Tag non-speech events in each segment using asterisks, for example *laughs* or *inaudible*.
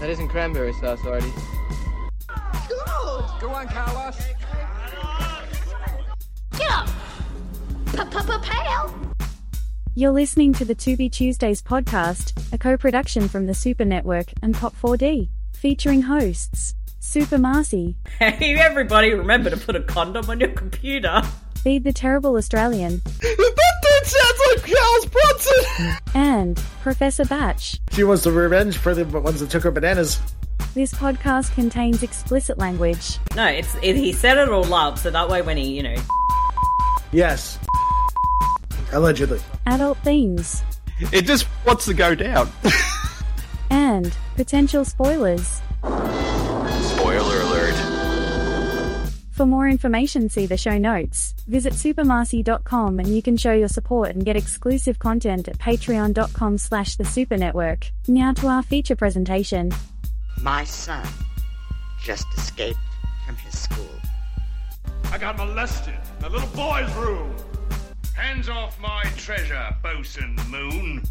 That isn't cranberry sauce, Artie. Go on, Carlos. Get up! Pa-pa-pa-pow! You're listening to the To Be Tuesdays podcast, a co production from the Super Network and Pop4D, featuring hosts Super Marcy, *laughs* Hey, everybody, remember to put a condom on your computer. Feed the Terrible Australian, That dude sounds like Charles Bronson! and Professor Batch. she wants the revenge for the ones that took her bananas. This podcast contains explicit language. No, it's it, he said it all up, so that way when he, you know, Yes. Allegedly. adult themes, It just wants to go down. and potential spoilers. Spoiler alert. For more information, see the show notes. Visit supermarcy.com and you can show your support and get exclusive content at patreon.com slash the super network. Now to our feature presentation. My son just escaped from his school. I got molested in the little boy's room. Hands off my treasure, Bosun Moon.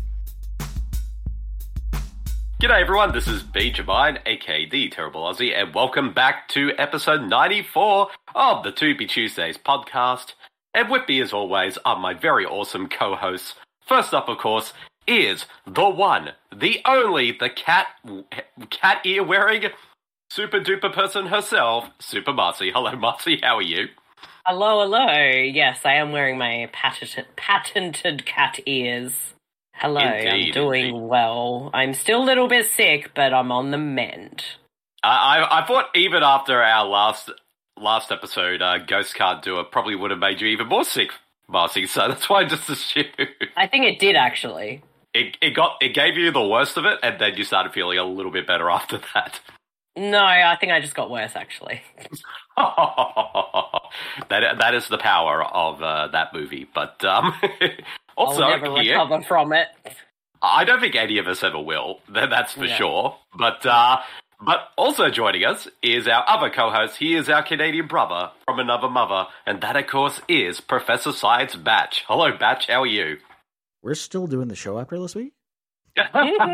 G'day everyone, this is B Jabine, aka the Terrible Aussie, and welcome back to episode 94 of the To Be Tuesdays podcast. And with me as always are my very awesome co-hosts. First up, of course, is the one, the only, the cat cat ear wearing super duper person herself, Super Marcy. Hello Marcy, how are you? hello, hello. Yes, I am wearing my patented, patented cat ears. Hello, Indeed, I'm doing indeed. well. I'm still a little bit sick, but I'm on the mend. I, I I thought even after our last last episode, uh, Ghost Card Doer probably would have made you even more sick, Marcy. So that's why I just *laughs* assumed I think it did actually. it it got it gave you the worst of it, and then you started feeling a little bit better after *laughs* that. No, I think I just got worse actually. that that is the power of uh, that movie. But um, *laughs* also I'll never here- recover from it. I don't think any of us ever will. *laughs* th- That's for Yeah. sure. But uh, but also joining us is our other co-host. He is our Canadian brother from another mother, and that of course is Professor Science Batch. Hello, Batch. How are you? We're still doing the show after this *laughs* week?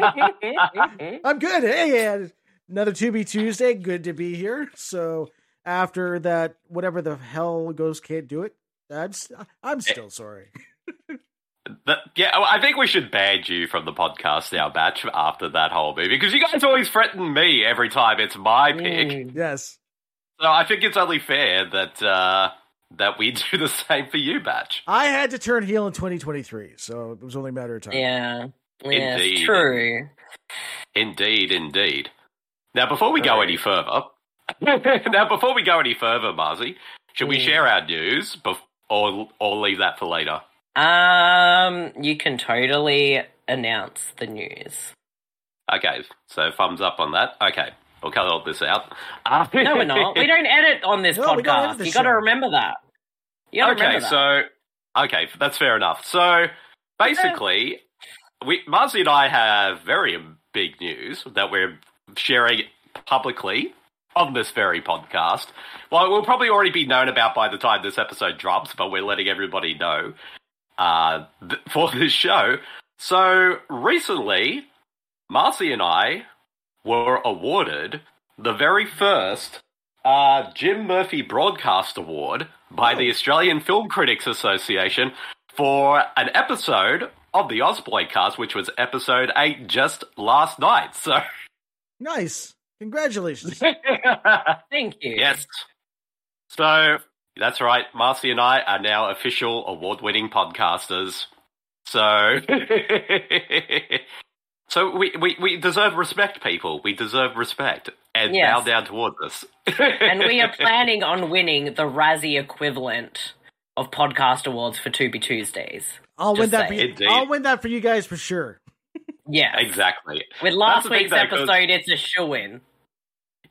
I'm good. Hey, yeah. another To Be Tuesday. Good to be here. So after that, whatever the hell Ghost can't do it, I'm, st- I'm still sorry. Th- yeah, oh, I think we should ban you from the podcast now, Batch. After that whole movie, because you guys always threaten me every time it's my pick. Mm. Yes. So I think it's only fair that uh, that we *laughs* do the same for you, Batch. I had to turn heel in 2023, so it was only a matter of time. Yeah. Yes, Indeed. true. Indeed, indeed. Now, before we go any further, *laughs* now before we go any further, Marzi, should we Hmm. share our news, bef- or or leave that for later? Um, you can totally announce the news. Okay, so thumbs up on that. Okay, we'll cut all this out. Uh, No, we're *laughs* not. We don't edit on this *laughs* No, we don't edit podcast. the You got to show. remember that. You got to Okay, remember that. so okay, that's fair enough. So basically, we Marzi and I have very big news that we're sharing publicly on this very podcast. Well, it will probably already be known about by the time this episode drops, but we're letting everybody know uh, th- for this show. So recently, Marcy and I were awarded the very first uh, Jim Murphy Broadcast Award by Oh. the Australian Film Critics Association for an episode of the Ozboycast, which was episode eight just last night. So, *laughs* Nice. Congratulations. Thank you. yes. *laughs* So, that's right. Marcy and I are now official award winning podcasters. So, *laughs* so we, we, we deserve respect, people. We deserve respect and Yes. bow down towards us. and *laughs* we are planning on winning the Razzie equivalent of podcast awards for To Be Tuesdays. I'll win Just that. say For it, you. dude. I'll win that for you guys for sure. Yeah. Exactly. With That's last the thing, week's though, 'cause- episode, it's a shoe in.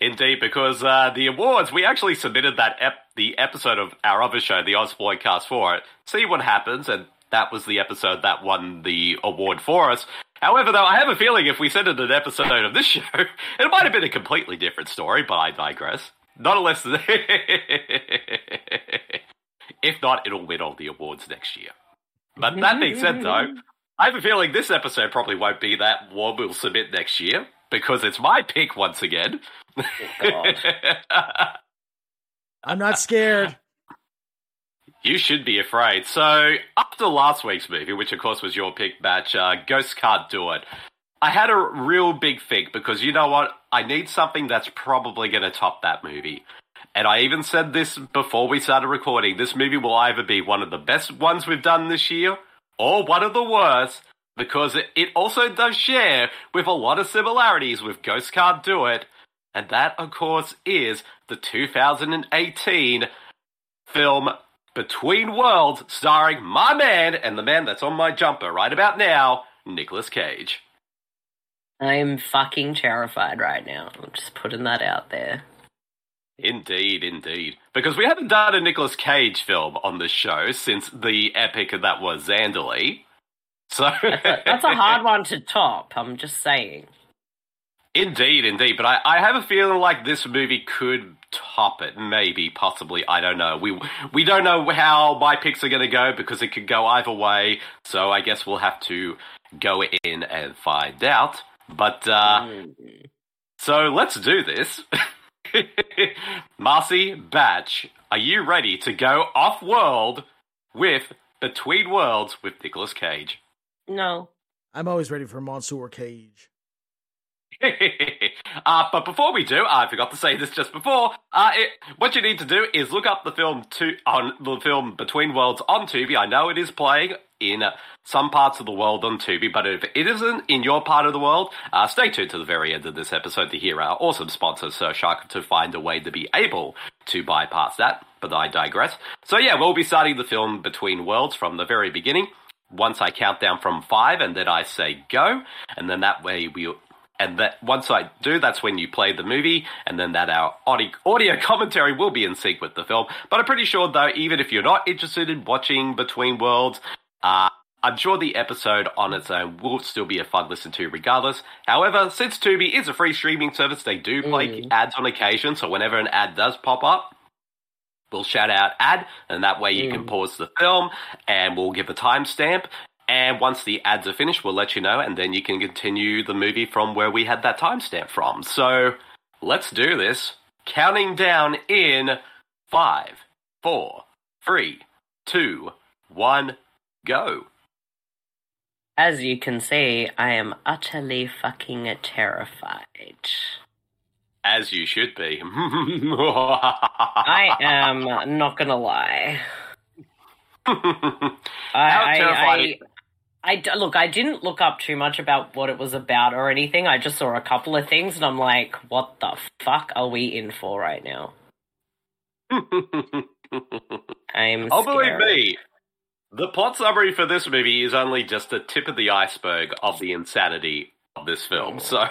Indeed, because uh, the awards, we actually submitted that ep- the episode of our other show, the Oz Cast, for it. See what happens, and that was the episode that won the award for us. However, though, I have a feeling if we sent it an episode of this *laughs* show, it might have been a completely different story, but I digress. Not *laughs* unless. if not, it'll win all the awards next year. But that being said, though, I have a feeling this episode probably won't be that one we'll submit next year. because it's my pick once again. God. I'm not scared. you should be afraid. So, after last week's movie, which of course was your pick, Batch, uh, Ghosts Can't Do It, I had a real big think because you know what? I need something that's probably going to top that movie. And I even said this before we started recording. This movie will either be one of the best ones we've done this year or one of the worst because it, it also does share with a lot of similarities with Ghost Can't Do It. And that, of course, is the 2018 film Between Worlds starring my man and the man that's on my jumper right about now, Nicolas Cage. I'm fucking terrified right now. I'm just putting that out there. Indeed, indeed. Because we haven't done a Nicolas Cage film on the show since the epic that was Zanderley. So *laughs* That's a hard one to top. I'm just saying. Indeed, indeed. But I, I have a feeling like this movie could top it. Maybe, possibly. I don't know. We we don't know how my picks are going to go because it could go either way. So I guess we'll have to go in and find out. But uh, Mm. so let's do this. *laughs* Marcy Batch, are you ready to go off world with Between Worlds with Nicolas Cage? No. I'm always ready for Monsoor Cage. *laughs* uh, but before we do, I forgot to say this just before. Uh, it, what you need to do is look up the film to, on the film Between Worlds on Tubi. I know it is playing in uh, some parts of the world on Tubi, but if it isn't in your part of the world, uh, stay tuned to the very end of this episode to hear our awesome sponsor, Sir Shark, to find a way to be able to bypass that. But I digress. So yeah, we'll be starting the film Between Worlds from the very beginning. Once I count down from five, and then I say go, and then that way we'll and that once I do, that's when you play the movie, and then that our audi- audio *laughs* commentary will be in sync with the film. But I'm pretty sure, though, even if you're not interested in watching Between Worlds, uh, I'm sure the episode on its own will still be a fun listen to, regardless. However, since Tubi is a free streaming service, they do play ads on occasion, so whenever an ad does pop up, we'll shout out ad, and that way you can pause the film, and we'll give a timestamp. And once the ads are finished, we'll let you know, and then you can continue the movie from where we had that timestamp from. So let's do this. Counting down in five, four, three, two, one, go. As you can see, I am utterly fucking terrified. As you should be. *laughs* I am not gonna lie. How I, I, terrifying. I, I d- look. I didn't look up too much about what it was about or anything. I just saw a couple of things, and I'm like, "What the fuck are we in for right now?" *laughs* I'm. Oh, believe scared. me. The plot summary for this movie is only just the tip of the iceberg of the insanity of this film. *laughs* So,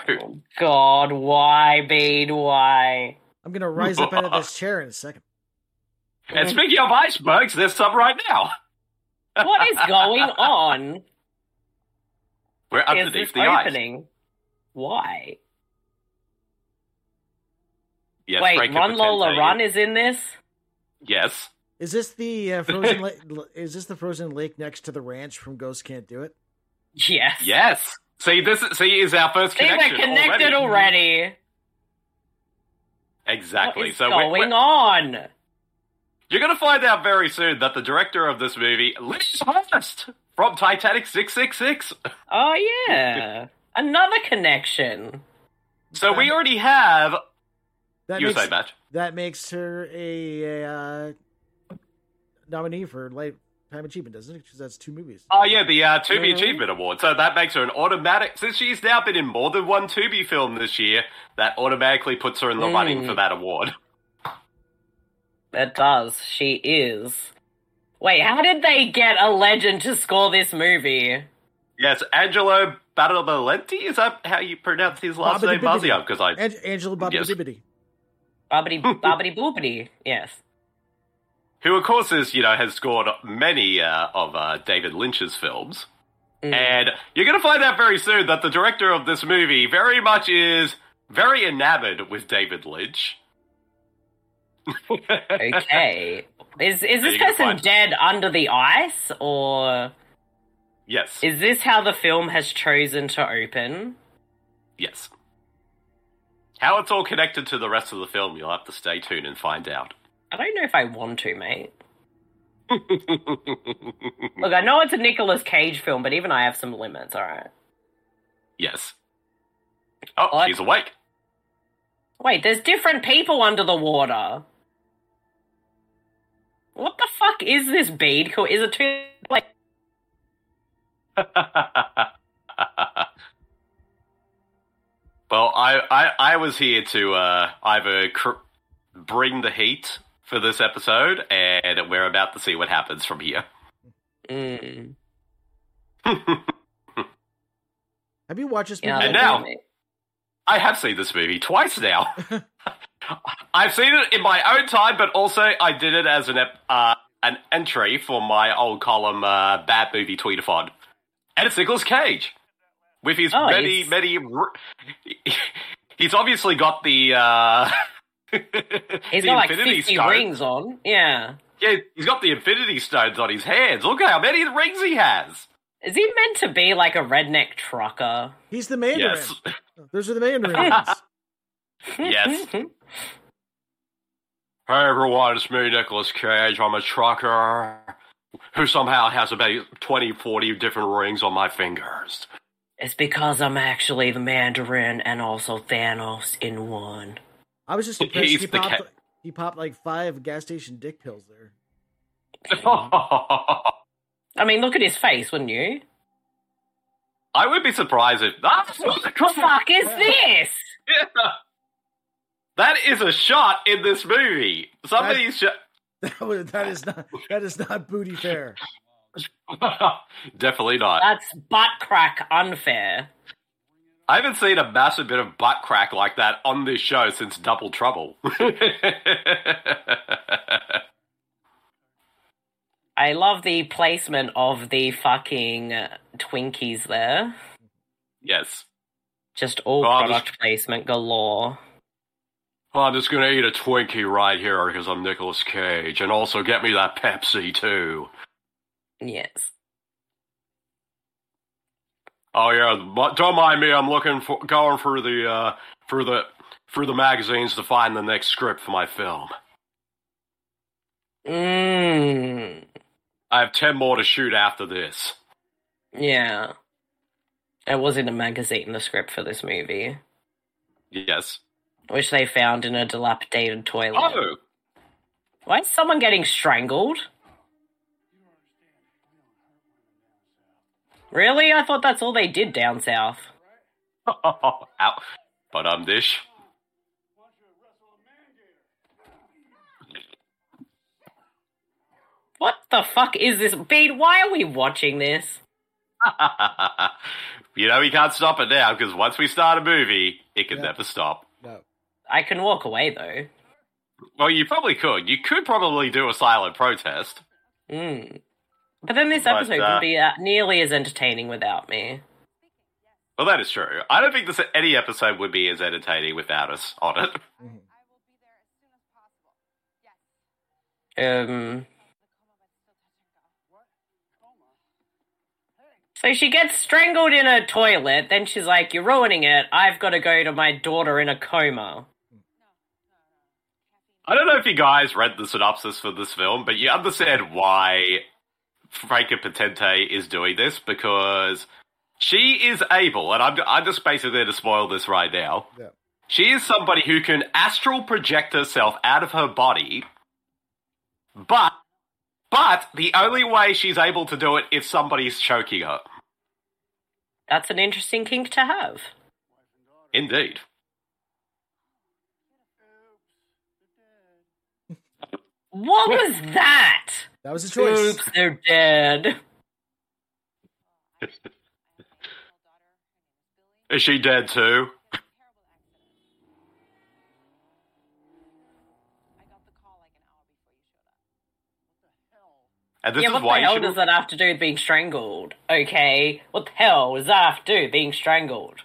God, why, Bede? Why? I'm gonna rise up out of *laughs* this chair in a second. and speaking of icebergs, there's some right now. What is *laughs* going on? We're is this underneath the ice. opening? Why? Yes, Wait, Frank Run Potente. Lola Run is in this. Yes. Is this the uh, frozen? la- is this the frozen lake next to the ranch from Ghost Can't Do It? Yes. Yes. See, this is, see is our first See, connection. we're connected already. Exactly. What is so we're- going we're, on? You're going to find out very soon that the director of this movie, Liz Hurst from Titanic 666. Oh yeah, another connection. So we already have. That you makes, say, Batch. That makes her a, uh, nominee for Lifetime Achievement, doesn't it? Because that's two movies. Oh, yeah, the uh, Tubi Achievement Award. So that makes her an automatic. Since she's now been in more than one Tubi film this year, that automatically puts her in the running for that award. *laughs* It does. She is. Wait, how did they get a legend to score this movie? Yes, Angelo Badalamenti? Is that how you pronounce his last name, Muzzy? Bobbidi-bibbidi. Because I. Ang- Angela Yes. Bobbidi. Bobbity bobbity boopity. Yes. who of course is you know has scored many uh, of uh, David Lynch's films, Mm, and you're going to find out very soon that the director of this movie very much is very enamored with David Lynch. Okay. is is this you gonna person find- dead under the ice, or *laughs* yes, is this how the film has chosen to open? yes. How it's all connected to the rest of the film, you'll have to stay tuned and find out. I don't know if I want to, mate. Mm. Look, I know it's a Nicolas Cage film, but even I have some limits, alright? yes. Oh, What? he's awake. *laughs* Wait, there's different people under the water. What the fuck is this bead? Co- Is it too like well, I, I I was here to uh, either cr- bring the heat for this episode, and we're about to see what happens from here. mm, Have you watched this movie? yeah, And that's now- what I mean. I have seen this movie twice now. *laughs* I've seen it in my own time, but also I did it as an ep- uh, an entry for my old column, uh, Bad Movie Tweetathon. And it's Nicolas Cage with his Oh, many, he's- many. r- *laughs* he's obviously got the. Uh, *laughs* He's the got like Infinity 50 Stone. rings on. Yeah. Yeah, he's got the Infinity Stones on his hands. Look at how many rings he has. Is he meant to be like a redneck trucker? He's the Mandarin. Yes. Those are *laughs* the Mandarins. Yes. Hey everyone, it's me, Nicholas Cage. I'm a trucker who somehow has about 20, 40 different rings on my fingers. *laughs* *laughs* it's because I'm actually the Mandarin and also Thanos in *laughs* one. I was just impressed. He's He the popped, cat. he popped like five gas station dick pills there. I I mean, look at his face, *laughs* wouldn't you? would be surprised if *laughs* that's What the fuck is this? That is a shot in this movie. Somebody's shot. *laughs* That was that is not that is not booty fair. *laughs* Definitely not. That's butt crack unfair. I haven't seen a massive bit of butt crack like that on this show since Double Trouble. *laughs* I love the placement of the fucking Twinkies there. yes. Just all Oh, product placement galore. Well, I'm just gonna eat a Twinkie right here because I'm Nicolas Cage, and also get me that Pepsi too. Yes. Oh yeah, but don't mind me. I'm looking for going through the uh, through the through the magazines to find the next script for my film. Mmm. I have ten more to shoot after this. Yeah. It was in a magazine, the script for this movie, Yes. which they found in a dilapidated toilet. Oh, Why is someone getting strangled? Really? I thought that's all they did down south. Oh. *laughs* Ow. but I'm dish. *laughs* What the fuck is this? Bean, why are we watching this? you know we can't stop it now because once we start a movie, it can Yeah. never stop. No. I can walk away though. Well, you probably could. You could probably do a silent protest. Mm. But then this But, episode would uh, be uh, nearly as entertaining without me. Well, that is true. I don't think this any episode would be as entertaining without us on it. Um. So she gets strangled in a toilet, then she's like, You're ruining it. I've got to go to my daughter in a coma. I don't know if you guys read the synopsis for this film, but you understand why Franca Potente is doing this because she is able, and I'm, I'm just basically there to spoil this right now. Yeah. She is somebody who can astral project herself out of her body, but but the only way she's able to do it if somebody's choking her. That's an interesting kink to have. Indeed. *laughs* What was that? That was a choice. Oops, they're dead. Is she dead too? And this yeah, is what why the you hell should does that have to do with being strangled? Okay, what the hell does that have to do with being strangled?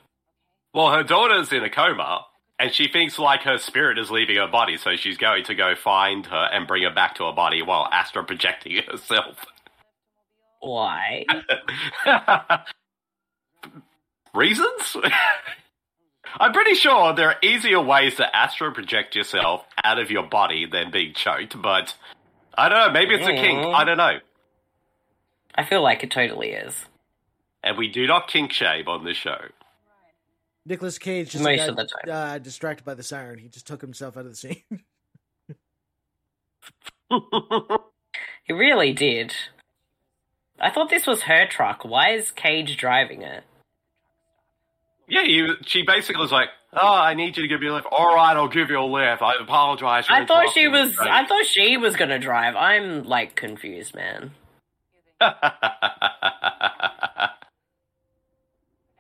Well, her daughter's in a coma, and she thinks like her spirit is leaving her body, so she's going to go find her and bring her back to her body while astral projecting *laughs* herself. Why? Reasons? *laughs* I'm pretty sure there are easier ways to astro project yourself out of your body than being choked, but I don't know. Maybe it's a kink. I don't know. I feel like it totally is. And we do not kink shave on this show. Nicholas Cage just Most got of the time. Uh, distracted by the siren. He just took himself out of the scene. *laughs* He really did. I thought this was her truck. Why is Cage driving it? Yeah, you, she basically was like, "Oh, I need you to give me a lift." All right, I'll give you a lift. I apologize. for I thought she interrupting was. you." I thought she was gonna drive. I'm like confused, man. *laughs*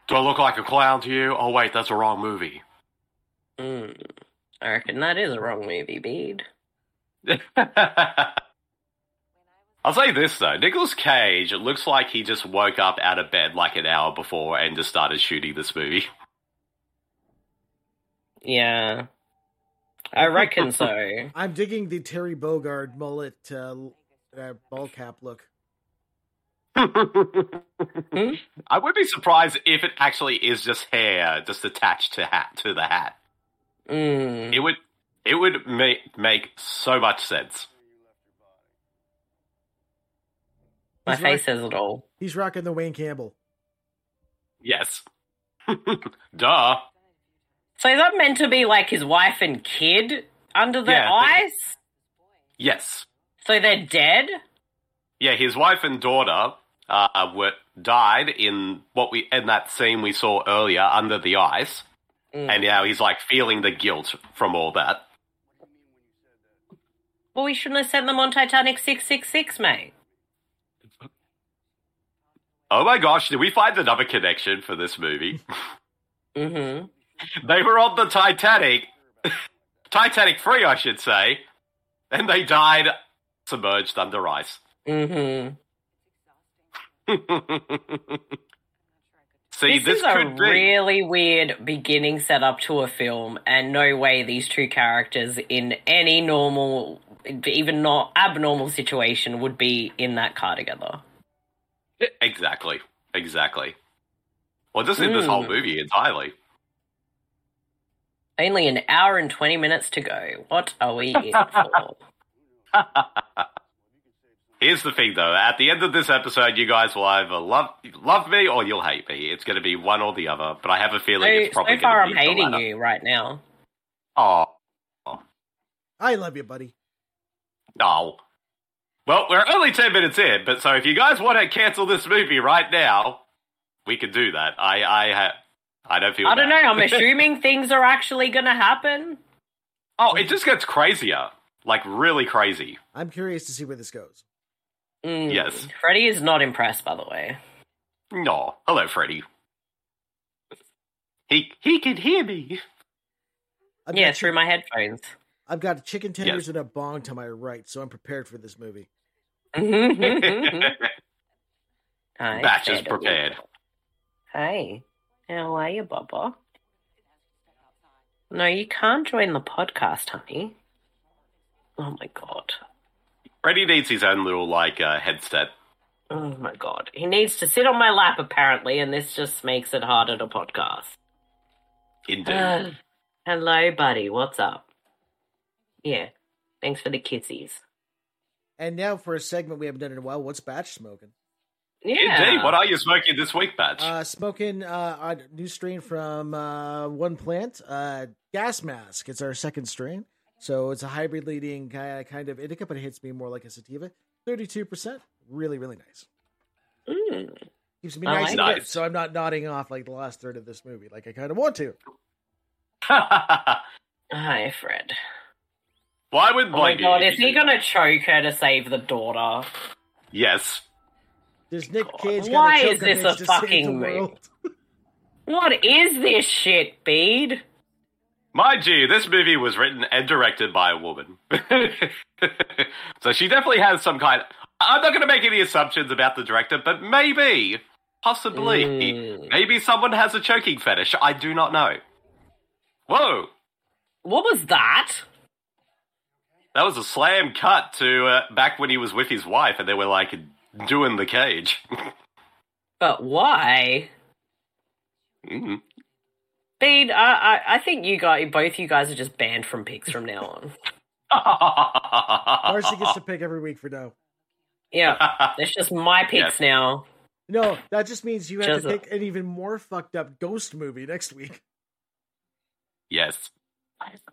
Do I look like a clown to you? Oh wait, that's a wrong movie. *laughs* Mm. I reckon that is a wrong movie, Bede. I'll say this though, Nicolas Cage it looks like he just woke up out of bed like an hour before and just started shooting this movie. Yeah, *laughs* I reckon so. I'm digging the Terry Bogard mullet uh, uh, ball cap look. Hmm? *laughs* I would be surprised if it actually is just hair just attached to hat to the hat. Mm. It would it would make make so much sense. My He's right. face says it all. He's rocking the Wayne Campbell. Yes. *laughs* Duh. So is that meant to be like his wife and kid under the Yeah, they- ice? Yes. So they're dead. Yeah, his wife and daughter uh, were died in what we in that scene we saw earlier under the ice, Mm. and now he's like feeling the guilt from all that. Well, we shouldn't have sent them on Titanic six six six, mate. Oh my gosh, did we find another connection for this movie? Mm-hmm. they were on the Titanic, *laughs* Titanic three, I should say, and they died submerged under ice. Mm-hmm. *laughs* See, this, this, is could a be. really weird beginning setup to a film, and no way these two characters in any normal, even not abnormal situation, would be in that car together. Exactly. Exactly. Well, just in this Mm. whole movie entirely. Only an hour and 20 minutes to go. What are we in for? Here's the thing, though. At the end of this episode, you guys will either love love me or you'll hate me. It's going to be one or the other. But I have a feeling so, it's probably so far, I'm going to be the hating latter. you right now. Oh I love you, buddy. no. Well, we're only ten minutes in, but so if you guys want to cancel this movie right now, we can do that. I I ha- I don't feel. I don't know. bad. *laughs* I'm assuming things are actually going to happen. oh, it just gets crazier, like really crazy. I'm curious to see where this goes. Mm. Yes. Freddy is not impressed, by the way. No, hello, Freddy. He he can hear me. I've yeah, got, through my headphones. *laughs* I've got chicken tenders Yes. and a bong to my right, so I'm prepared for this movie. Mm-hmm, Hi, Batch is Freddy. prepared. Hey, how are you, Baba? No, you can't join the podcast, honey. Oh my god. *laughs* Freddy needs his own little like uh, headset. Oh my god. He needs to sit on my lap, apparently, and this just makes it harder to podcast. Indeed. Ugh. hello, buddy. What's up? Yeah. Thanks for the kissies. And now for a segment we haven't done in a while. What's Batch smoking? Yeah. Indeed. What are you smoking this week, Batch? Uh, smoking uh, a new strain from uh, one plant, uh, gas mask. It's our second strain, so it's a hybrid leading ki- kind of indica, but it hits me more like a sativa. Thirty-two percent, really, really nice. Mm. Keeps me I nice like and it. lit, so I'm not nodding off like the last third of this movie, like I kind of want to. Uh, Hi, Fred. *laughs* Why would Oh my Blondie god, if is he he did- gonna choke her to save the daughter? *laughs* Yes. There's Nick God. Cage. gonna Why choke is a this bitch a to save the fucking movie? world. What is this shit, Bede? Mind you, this movie was written and directed by a woman. *laughs* so she definitely has some kind I'm not going to make any assumptions about the director, but maybe, possibly, Mm. maybe someone has a choking fetish. I do not know. Whoa, What was that? that was a slam cut to uh, back when he was with his wife and they were like doing the *laughs* cage. But why? Mm-hmm. Mm. See, I, I, I think you guys, both you guys are just banned from pigs from now on. Marcy gets to pick every week for no. *laughs* Yeah, it's just my pigs Yes. now. No, that just means you have to Jezza. pick an even more fucked up ghost movie next week. yes.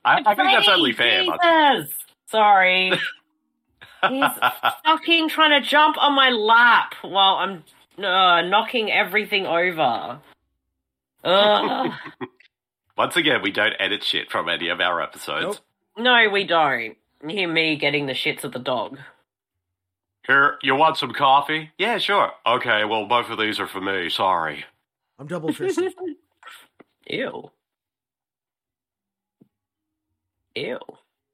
I, I think that's only fair. Marcy. Jesus! *laughs* Sorry. He's fucking trying to jump on my lap while I'm uh, knocking everything over. *laughs* Ugh. Once again, we don't edit shit from any of our episodes. Nope. no, we don't. You hear me getting the shits of the dog. Here, you want some coffee? Yeah, sure. Okay, well, both of these are for me. Sorry. I'm double fisted. *laughs* Ew. Ew.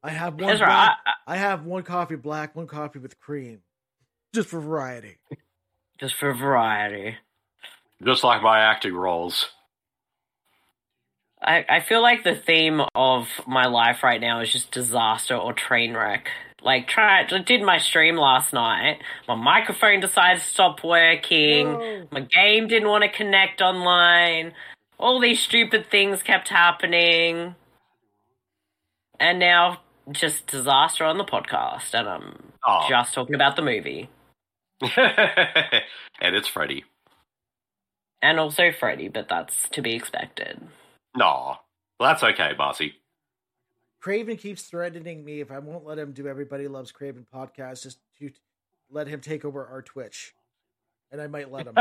I have one. Ezra, I, black- I, I have one coffee black, one coffee with cream, just for variety. just for variety. Just like my acting roles. *laughs* I, I feel like the theme of my life right now is just disaster or train wreck. Like, try I did my stream last night. My microphone decided to stop working. My game didn't want to connect online. All these stupid things kept happening. And now, just disaster on the podcast. And I'm Aw. just talking about the movie. and it's Freddy. And also Freddy, but that's to be expected. *laughs* No, well, that's okay, Marcy. *laughs* Craven keeps threatening me if I won't let him do Everybody Loves Craven podcast, just to let him take over our Twitch, and I might let him.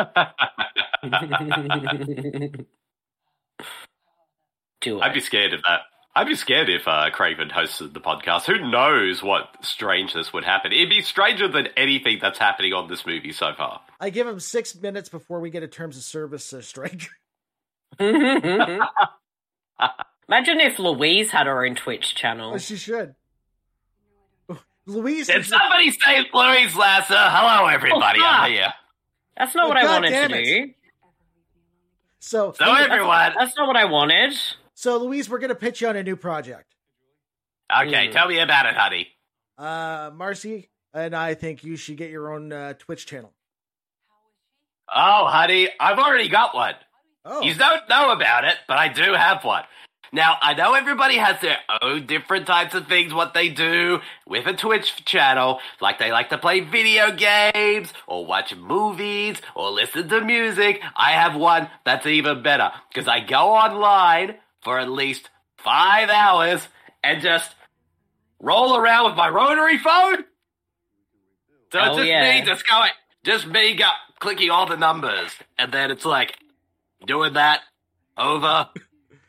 Do I'd be it. scared of that. I'd be scared if uh, Craven hosted the podcast. Who knows what strangeness would happen? It'd be stranger than anything that's happening on this movie so far. I give him six minutes before we get a terms of service uh, strike. *laughs* Mm-hmm, Imagine *laughs* if Louise had her own Twitch channel. she should. *sighs* Louise, Did is the- somebody say Louise Lasser? Hello, everybody. fuck. I'm here. That's not Oh, what I God wanted damn to it. do. so So, everyone. *laughs* That's not what I wanted. so Louise, we're gonna pitch you on a new project. Okay, Mm. tell me about it, honey. Uh, Marcy and I think you should get your own uh, Twitch channel. Oh, honey, I've already got one. Oh, You don't know about it, but I do have one. Now, I know everybody has their own different types of things, what they do with a Twitch channel. Like they like to play video games, or watch movies, or listen to music. I have one that's even better, because I go online for at least five hours and just roll around with my rotary phone. So Hell it's just yeah. me just going, just me go, clicking all the numbers. And then it's like, doing that over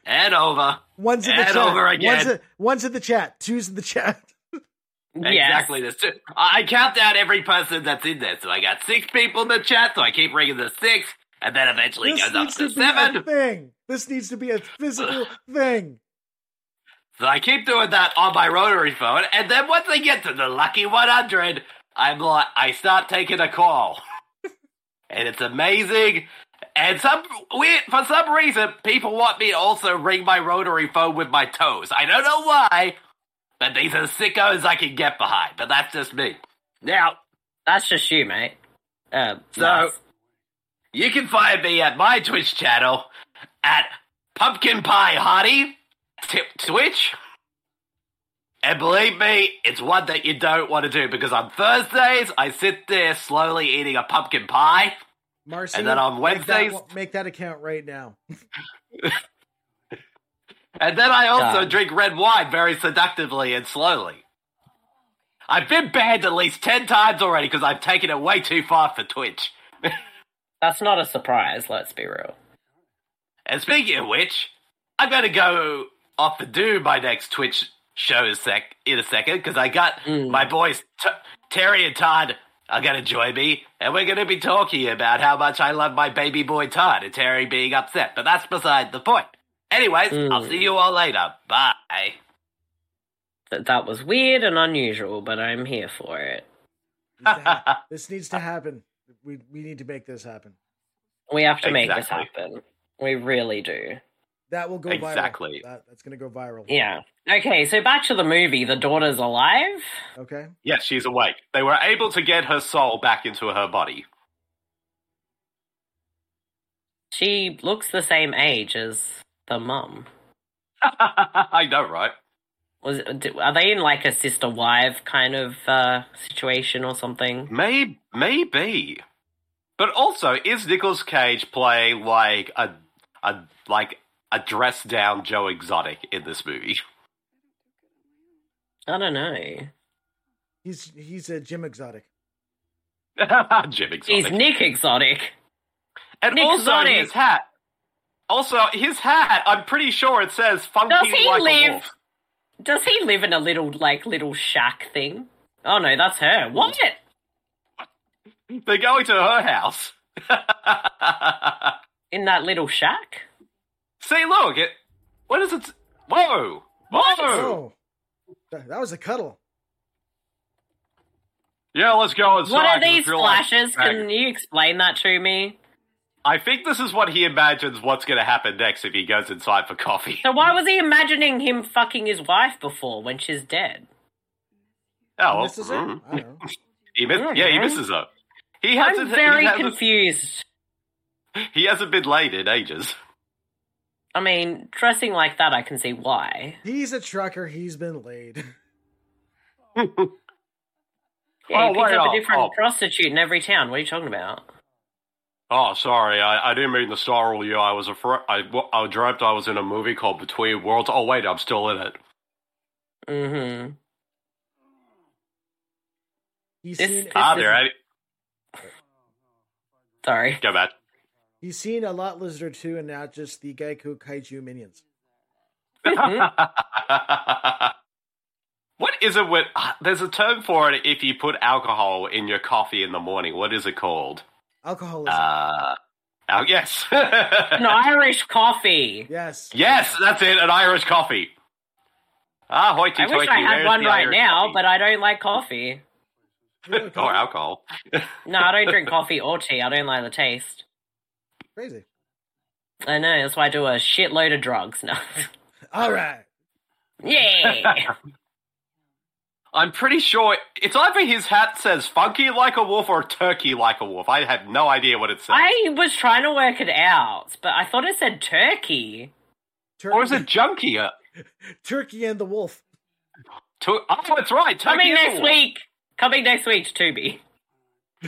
and *laughs* over. one's in the and chat. over One's, again. in, one's in the chat. Two's in the chat. Yes. Exactly this. Too. I I count out every person that's in there. So I got six people in the chat, so I keep ringing the six, and then eventually it this goes up needs to to be a seven. thing. This needs to be a *sighs* physical thing. So I keep doing that on my rotary phone, and then once I get to the lucky 100, I'm like, I start taking a call. *laughs* and it's amazing. And some weird, for some reason, people want me to also ring my rotary phone with my toes. I don't know why, but these are sickos I can get behind. But that's just me. Now, That's just you, mate. Uh, So- nice. you can find me at my Twitch channel at Pumpkin Pie Hottie Tip Twitch. And believe me, it's one that you don't want to do because on Thursdays I sit there slowly eating a pumpkin pie. Marcy, And then on make that Wednesdays- one- make that account right now. *laughs* And then I also Done. drink red wine very seductively and slowly. I've been banned at least 10 times already because I've taken it way too far for Twitch. That's not a surprise, let's be real. And speaking of which, I'm gonna go off and do my next Twitch show in a sec in a second because I got Mm. my boys T- Terry and Todd are gonna join me, and we're gonna be talking about how much I love my baby boy Todd and Terry being upset. But that's beside the point. Anyways, Mm. I'll see you all later. Bye. That, that was weird and unusual, but I'm here for it. Needs to hap- this needs to happen. We we need to make this happen. We have to make this Exactly. happen. We really do. That will go viral. Exactly. That, that's going to go viral. Yeah. Okay, so back to the movie. The daughter's alive? Okay. Yes, she's awake. They were able to get her soul back into her body. *laughs* She looks the same age as the mum? I know, right? Was do- are they in like a sister wife kind of uh, situation or something? May maybe. But also, is Nicolas Cage playing like a a like a dressed down Joe Exotic in this movie? *laughs* I don't know. He's he's a Jim Exotic. Jim Exotic. He's Nick Exotic. and Nick also Exotic. his hat. Also, his hat, I'm pretty sure it says funky Does he like live- a wolf. Does he live in a little like little shack thing? Oh no, that's her. What? They're going to her house. *laughs* In that little shack? See, look, it what is it Whoa! Whoa! Oh, that, that was a cuddle. Yeah, let's go inside. what are 'cause I these feel like- flashes? Can you explain that to me? I think this is what he imagines what's going to happen next if he goes inside for coffee. *laughs* Oh, So why was he imagining him fucking his wife before when she's dead? Oh, well, This is it. eh? I mm. don't know. He miss- Yeah, yeah, he man. misses her. He I'm hasn't, very he, hasn't, confused. he hasn't been laid in ages. *laughs* I mean, dressing like that, I can see why. He's a trucker. He's been laid. *laughs* Yeah, Oh, he picks wait, up oh, a different oh. prostitute in every town. What are you talking about? Oh, sorry, I, I didn't mean to startle you. I was afraid. I, w- I dreamt I was in a movie called Between Worlds. Oh, wait, I'm still *laughs* in it. Mm-hmm. He's This- seen Ah, is- there. I, *laughs* Sorry. go *laughs* back. he's seen a lot lizard too, and not just the Geico Kaiju minions. what is it with. ah, There's a term for it if you put alcohol in your coffee in the morning. What is it called? Alcoholism. Uh, oh, *laughs* yes. An Irish coffee. yes. Yes, that's it. An Irish coffee. Ah, hoity I toity. wish I had where's one the right Irish now, coffee? but I don't like coffee. *laughs* or alcohol. No, I don't *laughs* drink coffee or tea. I don't like the taste. Crazy. I know, that's why I do a shitload of drugs *laughs* now. All right. *laughs* yeah. I'm pretty sure it's either his hat says "funky like a wolf" or "turkey like a wolf." I have no idea what it says. I was trying to work it out, but I thought it said turkey. Turkey, or is it junkie? Uh, *laughs* Turkey and the Wolf? tu- oh, that's right. Turkey Coming and next the week. Coming next week to Tubi.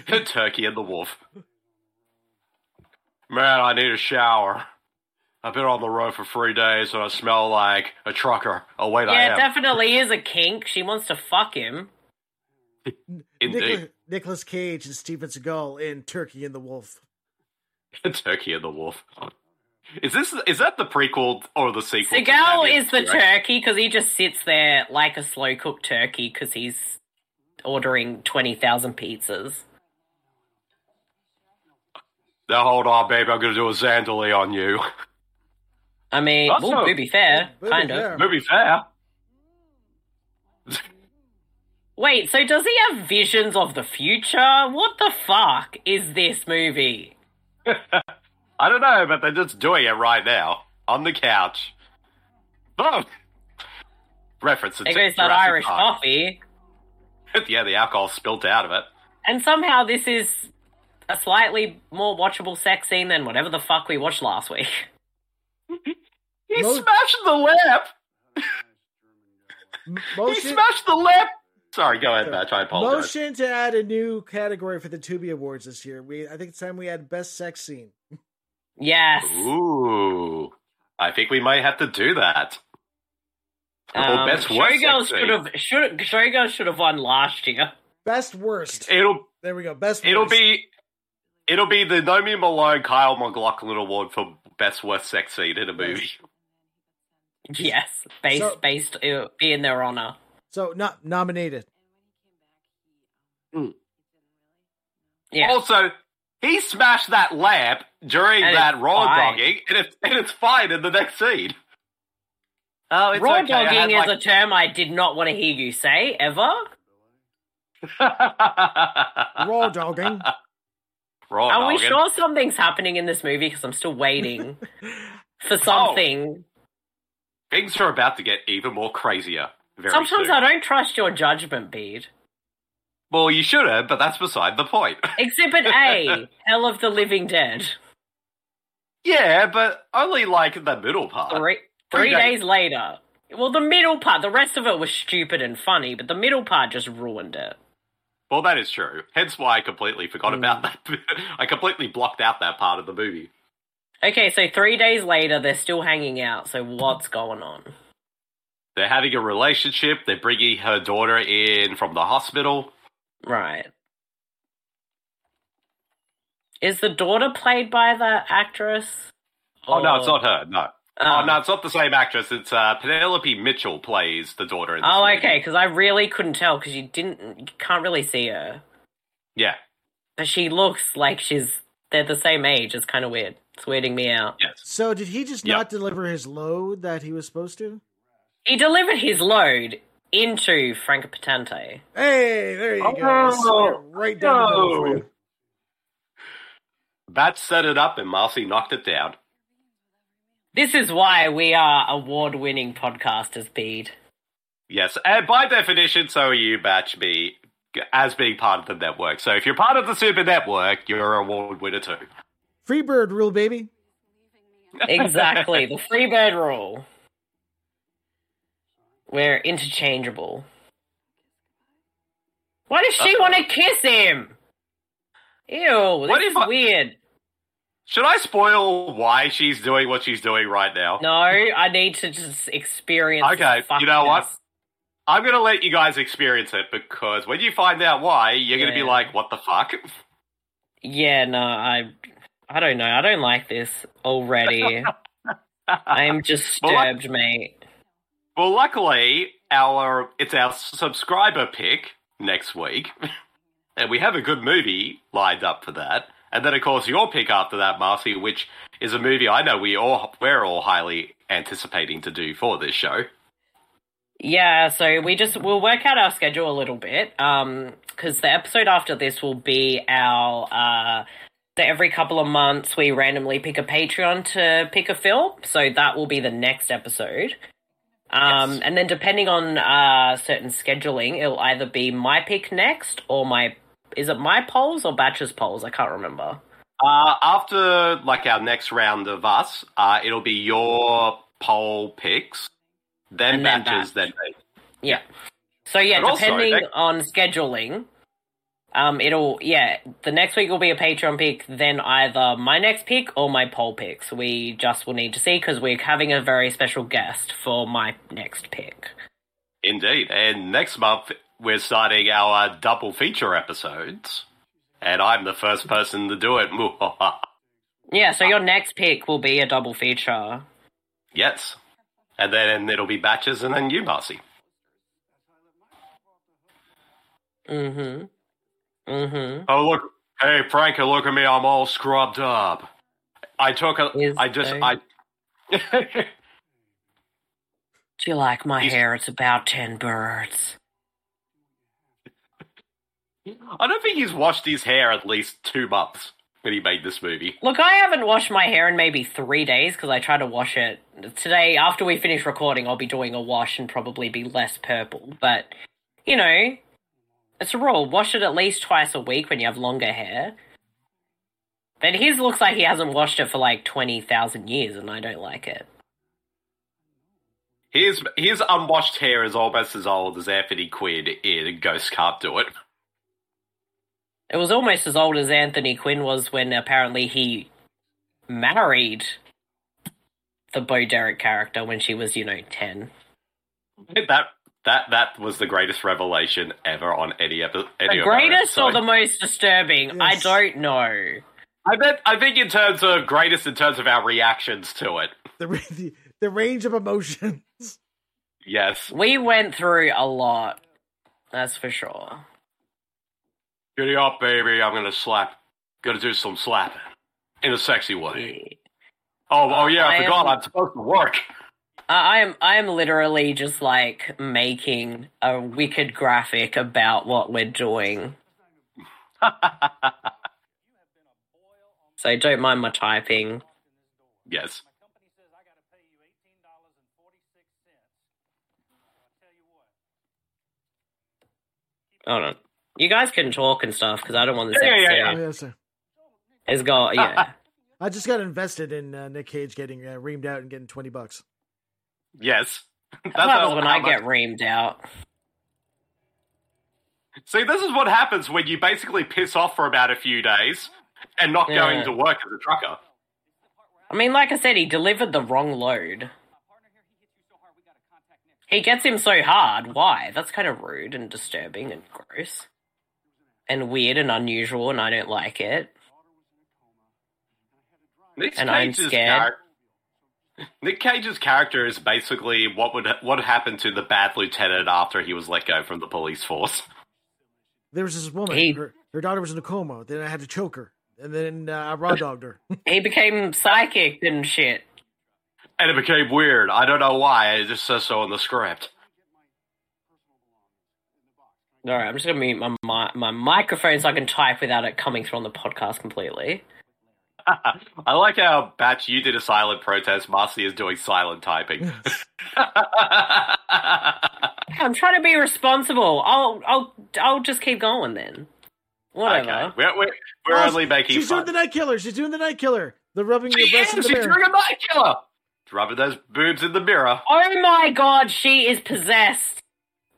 wolf. *laughs* turkey and the wolf. Man, I need a shower. I've been on the road for three days, and I smell like a trucker. Oh wait, I Yeah, am. it definitely is a kink. She wants to fuck him. Indeed, Nicholas Cage and Steven Seagal in Turkey and the Wolf. *laughs* turkey and the wolf. Is this is that the prequel or the sequel? to Seagal Cabin is the Fever? turkey because he just sits there like a slow cooked turkey because he's ordering 20,000 pizzas. Now hold on, baby. I'm gonna do a Zandali on you. *laughs* I mean, Awesome. ooh, booby fair, Booby kind of. fair. Movie fair. Wait, so does he have visions of the future? What the fuck is this movie? I don't know, but they're just doing it right now on the couch. Boom. Reference to There goes that Jurassic Irish Park. coffee. *laughs* yeah, the alcohol spilt out of it. And somehow this is a slightly more watchable sex scene than whatever the fuck we watched last week. *laughs* He Mo- smashed the lamp. M- *laughs* He Motion, smashed the lamp. Sorry, go ahead, Matt. I apologize. motion to add a new category for the Tubi Awards this year. We, I think it's time we had best sex scene. Yes. Ooh, I think we might have to do that. Um, or best worst Showgirls sex should have should Showgirls should have won last year. Best worst. scene. It'll There we go. Best. It'll worst. be it'll be the Nomi Malone Kyle McLaughlin Award for best worst sex scene in a movie. Yes, based So- based uh, be in their honor. so not nominated. Yeah, Also, he smashed that lamp during And that it's raw fine. dogging, and it's and it's fine in the next scene. Oh, it's raw okay. I had, dogging is like- a term I did not want to hear you say ever. Raw dogging. *laughs* raw Are we dogging. sure something's happening in this movie? Because I'm still waiting Oh, for something. Things are about to get even more crazier. Very Sometimes soon. I don't trust your judgment, Bede. Well, you should *laughs* have, but that's beside the point. Exhibit A, Hell of the Living Dead. *laughs* Yeah, but only like the middle part. Three, three Uh, three days. days later. Well, the middle part, the rest of it was stupid and funny, but the middle part just ruined it. Well, that is true. Hence why I completely forgot Hmm. about that. *laughs* bit. I completely blocked out that part of the movie. Okay, so three days later, they're still hanging out, so what's going on? They're having a relationship. They're bringing her daughter in from the hospital. Right. Is the daughter played by the actress? Oh, no, Or- it's not her. No. Oh. Oh, no, it's not the same actress. It's uh, Penelope Mitchell plays the daughter in this Oh, movie. okay, because I really couldn't tell because you didn't, you can't really see her. Yeah, But she looks like she's, they're the same age. It's kind of weird. It's weirding me out. yes. So did he just Yeah. not deliver his load that he was supposed to? He delivered his load into Franco Patente. Hey, there you go. I saw it right down the middle for Oh, no. you. Bat set it up and Marcy knocked it down. This is why we are award winning podcasters, Bede. Yes, and by definition, so are you, Batch B, as being part of the network. So if you're part of the Super Network, you're an award winner too. Freebird rule, baby. *laughs* Exactly. the Freebird rule. We're interchangeable. Why does she Uh-oh. want to kiss him? Ew, What this if is I- weird. Should I spoil why she's doing what she's doing right now? No, I need to just experience. Okay, the you know what? fuckness. I'm going to let you guys experience it because when you find out why, you're going to Yeah. be like, what the fuck? Yeah, no, I, I don't know. I don't like this *laughs* already. I am disturbed, Well, I- mate. Well, luckily, our it's our subscriber pick next week, *laughs* and we have a good movie lined up for that. And then, of course, your pick after that, Marcy, which is a movie I know we all we're all highly anticipating to do for this show. Yeah, so we just we'll work out our schedule a little bit. Um, because the episode after this will be our uh. So every couple of months, we randomly pick a Patreon to pick a film. So that will be the next episode. Um, Yes. And then, depending on uh, certain scheduling, it'll either be my pick next or my is it my polls or Batch's polls? I can't remember. Uh, after like our next round of us, uh, it'll be your poll picks, then And then matches, then, batch. Yeah. So yeah, But also, depending that- on scheduling, um, it'll yeah, the next week will be a Patreon pick, then either my next pick or my poll picks. We just will need to see because we're having a very special guest for my next pick. Indeed. And next month, we're starting our uh, double feature episodes. And I'm the first person to do it. *laughs* Yeah, so your next pick will be a double feature. yes. And then it'll be batches and then you, Marcy. Mm-hmm. Mm-hmm. Oh, look. Hey, Frankie, look at me. I'm all scrubbed up. I took a. Is I just. there- I. *laughs* Do you like my You- hair? It's about ten birds. I don't think he's washed his hair at least two months when he made this movie. Look, I haven't washed my hair in maybe three days because I try to wash it today. After we finish recording, I'll be doing a wash and probably be less purple. But you know, it's a rule: wash it at least twice a week when you have longer hair. But his looks like he hasn't washed it for like twenty thousand years, and I don't like it. His his unwashed hair is almost as old as Anthony Quinn in Ghost Can't Do It. It was almost as old as Anthony Quinn was when apparently he married the Bo Derek character when she was, you know, ten. That that that was the greatest revelation ever on any epi- any the of our greatest or episodes. the most disturbing? I Yes. don't know. I bet I think in terms of greatest in terms of our reactions to it. The, *laughs* ra- the, the range of emotions. Yes. We went through a lot. That's for sure. Giddy up, baby. I'm gonna slap. Gonna do some slapping in a sexy way. Oh, oh yeah. I I, am- forgot. I'm supposed to work. *laughs* I I am I am literally just like making a wicked graphic about what we're doing. So don't mind my typing. yes. Hold on. You guys can talk and stuff because I don't want this Yeah, yeah, episode. yeah, Oh, yes, sir. *laughs* It's got yeah. Oh, I just got invested in uh, Nick Cage getting uh, reamed out and getting twenty bucks. Yes. That's That happens how- when how I much- get reamed out. See, this is what happens when you basically piss off for about a few days and not Yeah. going to work as a trucker. I mean, like I said, he delivered the wrong load. He gets him so hard. Why? That's kind of rude and disturbing and gross. And weird and unusual, and I don't like it. Nick And I'm Cage's scared. charac- Nick Cage's character is basically what would what happened to the bad lieutenant after he was let go from the police force. *laughs* There was this woman. Hey. Her, her daughter was in a coma. Then I had to choke her, and then uh, I raw *laughs* dogged her. He became psychic and shit. And it became weird. I don't know why. It just says so in the script. *laughs* All right, I'm just gonna mute my mi- my microphone so I can type without it coming through on the podcast completely. I like how Batch you did a silent protest. Marcy is doing silent *laughs* typing. *laughs* I'm trying to be responsible. I'll I'll I'll just keep going then. Whatever. okay, we're, we're, we're Oh, only making She's fun. doing the night killer. She's doing the night killer. The rubbing your She breast in is. the She's mirror. doing a night killer. Rubbing those boobs in the *laughs* mirror. Oh my god, she is possessed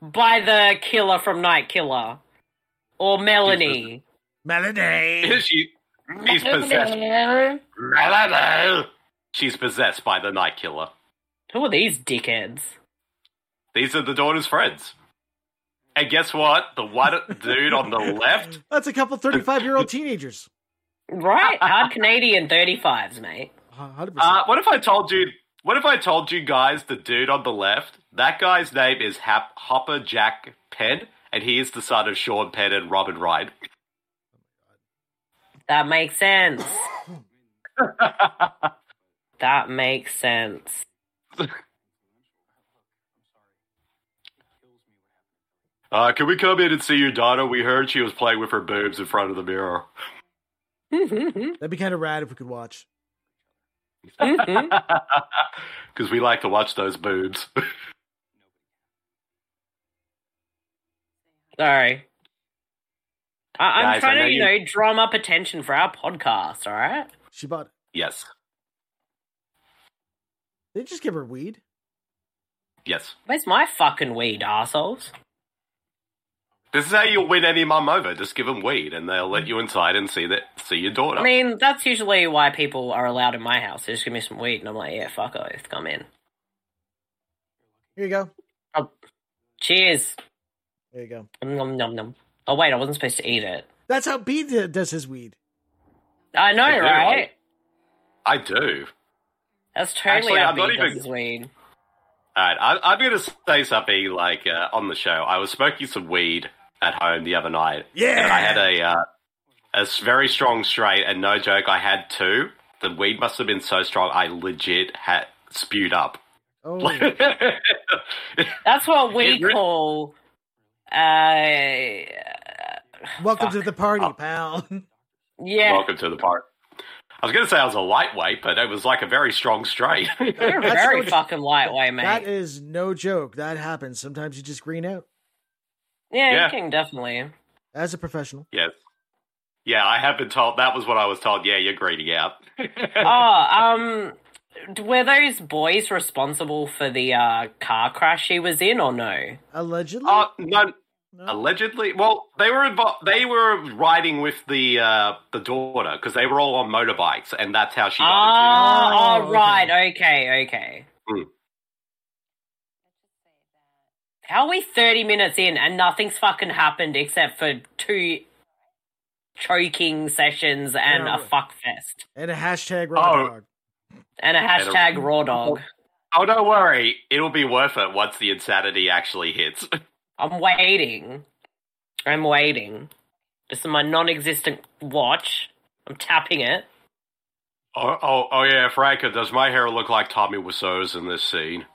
by the killer from Night Killer. Or Melanie. Melody. she, *laughs* she's possessed. She's possessed by the night killer. Who are these dickheads? These are the daughter's friends. And guess what? The one *laughs* dude on the left. That's a couple thirty-five-year-old teenagers. *laughs* Right? Hard Canadian 35s, mate. Hundred Uh, percent. what if I told you? What if I told you guys the dude on the left? That guy's name is Hap- Hopper Jack Penn, and he is the son of Sean Penn and Robin Ryan. *laughs* That makes *laughs* sense. that makes sense. *laughs* Uh, can we come in and see your daughter? We heard she was playing with her boobs in front of the mirror. hmm. Mhm, That'd be kind of rad if we could watch. mhm. Because we like to watch those boobs. *laughs* Sorry. I- I'm Guys, I trying know to, you you- know, drum up attention for our podcast, alright? She bought. yes. They just give her weed. Yes. Where's my fucking weed, assholes? This is how you'll win any mum over. Just give them weed, and they'll let you inside and see that see your daughter. I mean, that's usually why people are allowed in my house. They just give me some weed, and I'm like, yeah, fuck off, come in. Here you go. Oh. Cheers. There you go. Nom, nom, nom, nom. Oh, wait, I wasn't supposed to eat it. That's how B d- does his weed. I know, I do, right? I do. That's totally Actually, how I'm not B does even- his weed. All right, I, I'm going to say something like uh, on the show. I was smoking some weed at home the other night, and I had a uh, a s- very strong straight, and no joke, I had two. The weed must have been so strong, I legit had spewed up. *laughs* Oh, That's what we It re- call. Uh, welcome fuck. to the party, Uh, pal. *laughs* yeah, *laughs* Welcome to the party. I was going to say I was a lightweight, but it was like a very strong *laughs* straight. you're That's very so- fucking lightweight, mate. That is no joke. That happens. Sometimes you just green out yeah, Yeah. you can definitely. *laughs* as a professional. yes. Yeah, I have been told that was what I was told. Yeah, you're greedy out. *laughs* oh, um, were those boys responsible for the uh, car crash he was in, or no? Allegedly. Uh, no, No. Allegedly, well, they were involved. They were riding with the uh, the daughter because they were all on motorbikes, and that's how she got Ah, Oh, oh, okay. right. Okay, okay. Hmm. How are we 30 minutes in and nothing's fucking happened except for two choking sessions and Yeah. a fuck fest and a hashtag raw Oh. dog. and a a- hashtag raw dog? into. it. Oh, don't worry, it'll be worth it once the insanity actually hits. *laughs* I'm waiting. I'm waiting. This is my non existent watch. I'm tapping it. oh, oh, oh yeah, Franca, does my hair look like Tommy Wiseau's in this scene?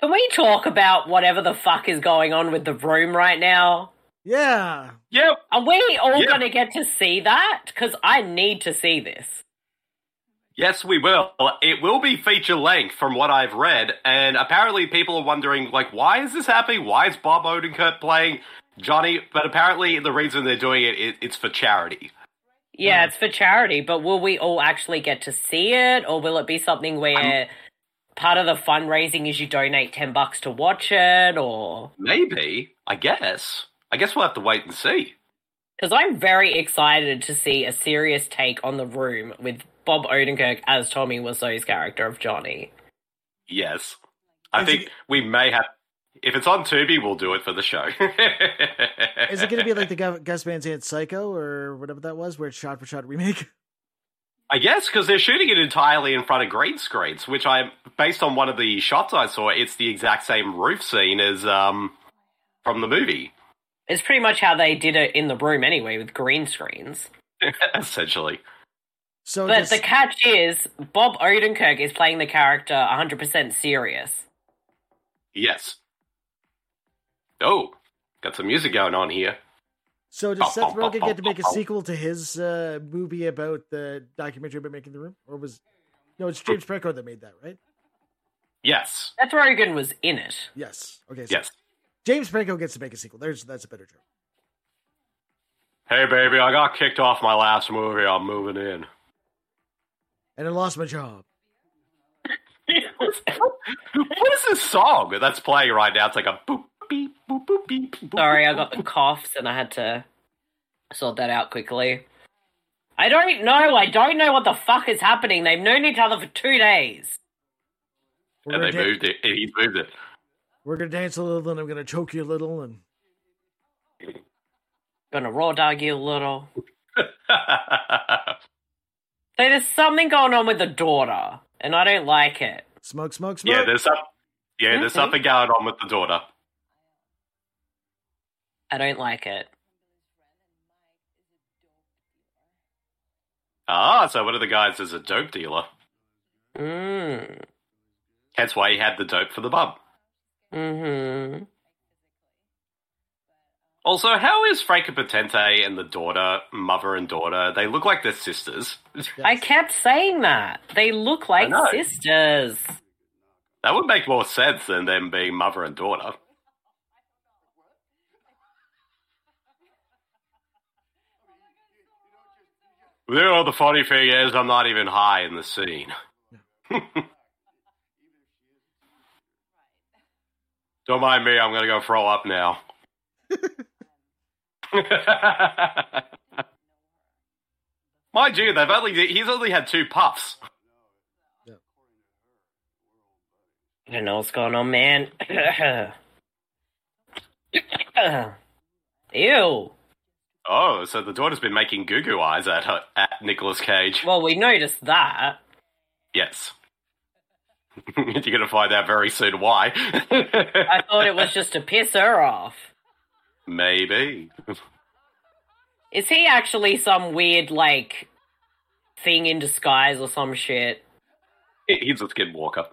Can we talk about whatever the fuck is going on with the room right now? Yeah. Yep. Are we all Yeah. gonna get to see that? Because I need to see this. Yes, we will. It will be feature length, from what I've read, and apparently people are wondering, like, why is this happening? Why is Bob Odenkirk playing Johnny? But apparently, the reason they're doing it, it it's for charity. Yeah, it's for charity, but will we all actually get to see it, or will it be something where part of the fundraising is you donate ten bucks to watch it, or Maybe, I guess. I guess we'll have to wait and see. because I'm very excited to see a serious take on the room with Bob Odenkirk as Tommy Wiseau's character of Johnny. Yes. I Is think it- we may have. If it's on Tubi, we'll do it for the show. *laughs* Is it going to be like the Gu- Gus Van Sant Psycho or whatever that was, where it's shot for shot remake? *laughs* I guess because they're shooting it entirely in front of green screens, which I, based on one of the shots I saw, it's the exact same roof scene as um from the movie, *laughs* It's pretty much how they did it in the room anyway, with green screens. essentially. So But this- the catch is Bob Odenkirk is playing the character 100% serious. Yes. Oh, got some music going on here. so *laughs* does Seth Rogen get to make a sequel to his uh, movie about the documentary about making the room, or was no? It's James Franco that made that, right? Yes. Seth Rogen was in it. Yes. Okay. So Yes. James Franco gets to make a sequel. There's that's a better joke. Hey, baby, I got kicked off my last movie. I'm moving *laughs* in. And I lost my job. what is this song that's playing right now? It's like a boop beep boop boop beep. boop, Sorry, I boop, got the coughs and I had to sort that out quickly. I don't know. I don't know what the fuck is happening. They've known each other for two days. We're And gonna they dan- moved it. And he moved it. We're gonna dance a little, and I'm gonna choke you a little, and Gonna raw dog you a little. *laughs* So there's something going on with the daughter, and I don't like it. smoke, smoke, smoke. yeah, there's some, yeah, Okay. there's something going on with the daughter. I don't like it. Ah, so one of the guys is a dope dealer. Mm. That's why he had the dope for the bum. Mm-hmm. Also, how is Franco Potente and the daughter, mother and daughter, they look like they're sisters. I kept saying that. They look like know. sisters. That would make more sense than them being mother and daughter. You know, the funny thing is, I'm not even high in the scene. *laughs* Don't mind me, I'm gonna go throw up now. *laughs* mind you, they've only he's only had two puffs. I don't know what's going on, man. *coughs* Ew. Oh, so the daughter's been making goo goo eyes at her, at Nicolas Cage. Well, we noticed that. Yes. *laughs* You're going to find out very soon why. *laughs* I thought it was just to piss her off. Maybe. *laughs* Is he actually some weird, like, thing in disguise or some shit? He's a skinwalker.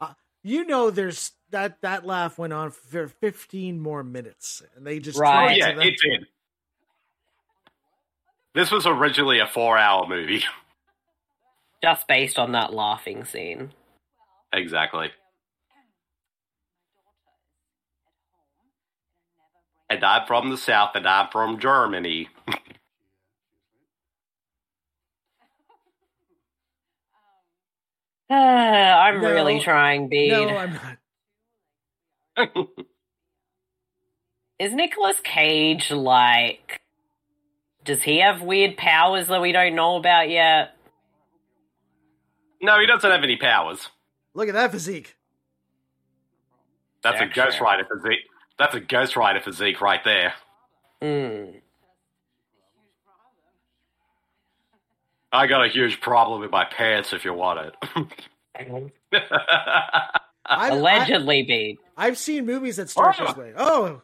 Uh, You know, there's that that laugh went on for 15 more minutes, and they just Right. tried Oh, to yeah, them- it did. This was originally a four hour movie. *laughs* Just based on that laughing scene. *sighs* exactly. And I'm from the South and I'm from Germany. *laughs* I'm No. really trying, Bede. No, I'm not. Is Nicolas Cage, like, does he have weird powers that we don't know about yet? no, he doesn't have any powers. Look at that physique. That's a Actually. Ghost Rider physique. That's a Ghost Rider physique right there. Hmm. I got a huge problem with my pants if you want it. *laughs* I've, Uh, Allegedly, Bede. I, have seen movies that start Oh. this way. Oh,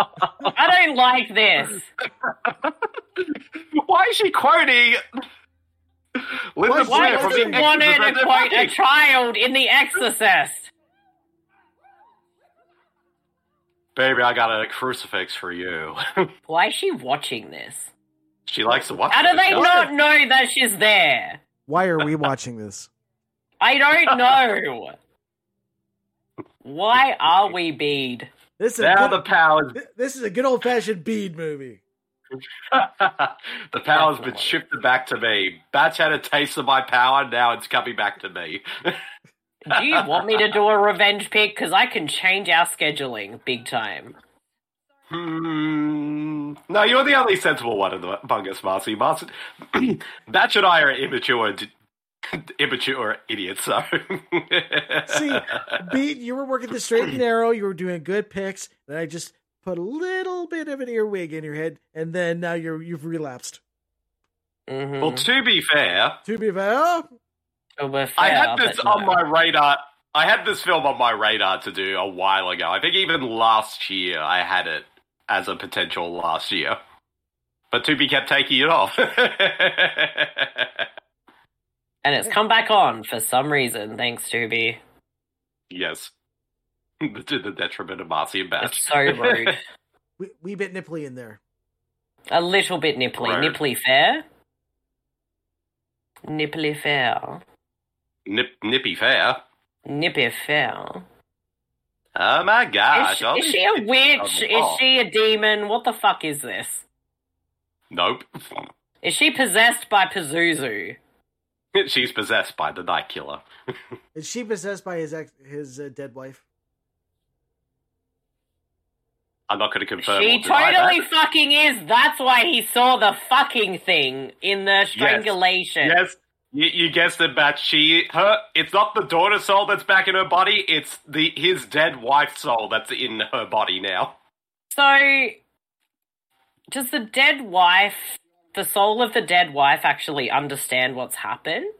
I don't like this. Why is she quoting Linda Why- Why Blair Yeah, from does the he being want Exorcist to and quote a Rocky? child in The Exorcist? Baby, I got a crucifix for you. *laughs* Why is she watching this? she likes to watch. How do this they show. not know that she's there? *laughs* why are we watching this? I don't know. Why are we bead? This is a Now good- the powers, *laughs* Th- This is a good old fashioned bead movie. the power's been shifted back to me. Batch had a taste of my power. Now it's coming back to me. *laughs* Do you want me to do a revenge pick? Because I can change our scheduling big time. Hmm. No, you're the only sensible one of the among us, Marcy. Marcy, *clears throat* Batch and I are immature, d- *laughs* immature idiots. So, *laughs* *laughs* See, beat you were working the straight and narrow. You were doing good picks, and I just put a little bit of an earwig in your head, and then now you're you've relapsed. Mhm. well, to be fair, To be fair, oh, So we're I fair, had this but on no. my radar. I had this film on my radar to do a while ago. I think even last year I had it as a potential last year, but Tubi kept taking it off. *laughs* and it's come back on for some reason. Thanks, Tubi. yes, *laughs* to the detriment of Marcy and It's Batch. so rude. we we bit nipply in there. a little bit nipply, Rude. nipply fair, nipply fair, Nip, nippy fair. nippy fair. Oh my gosh! Is she, I'll is be- she a witch? Oh. Is she a demon? What the fuck is this? Nope. *laughs* Is she possessed by Pazuzu? She's possessed by the Night Killer. *laughs* Is she possessed by his ex his uh, dead wife? I'm not going to confirm. She or deny that. totally fucking is. That's why he saw the fucking thing in the strangulation. Yes, you, you guessed it, Bat. She, her. It's not the daughter soul that's back in her body. It's the his dead wife's soul that's in her body now. So, does the dead wife, the soul of the dead wife, actually understand what's happened?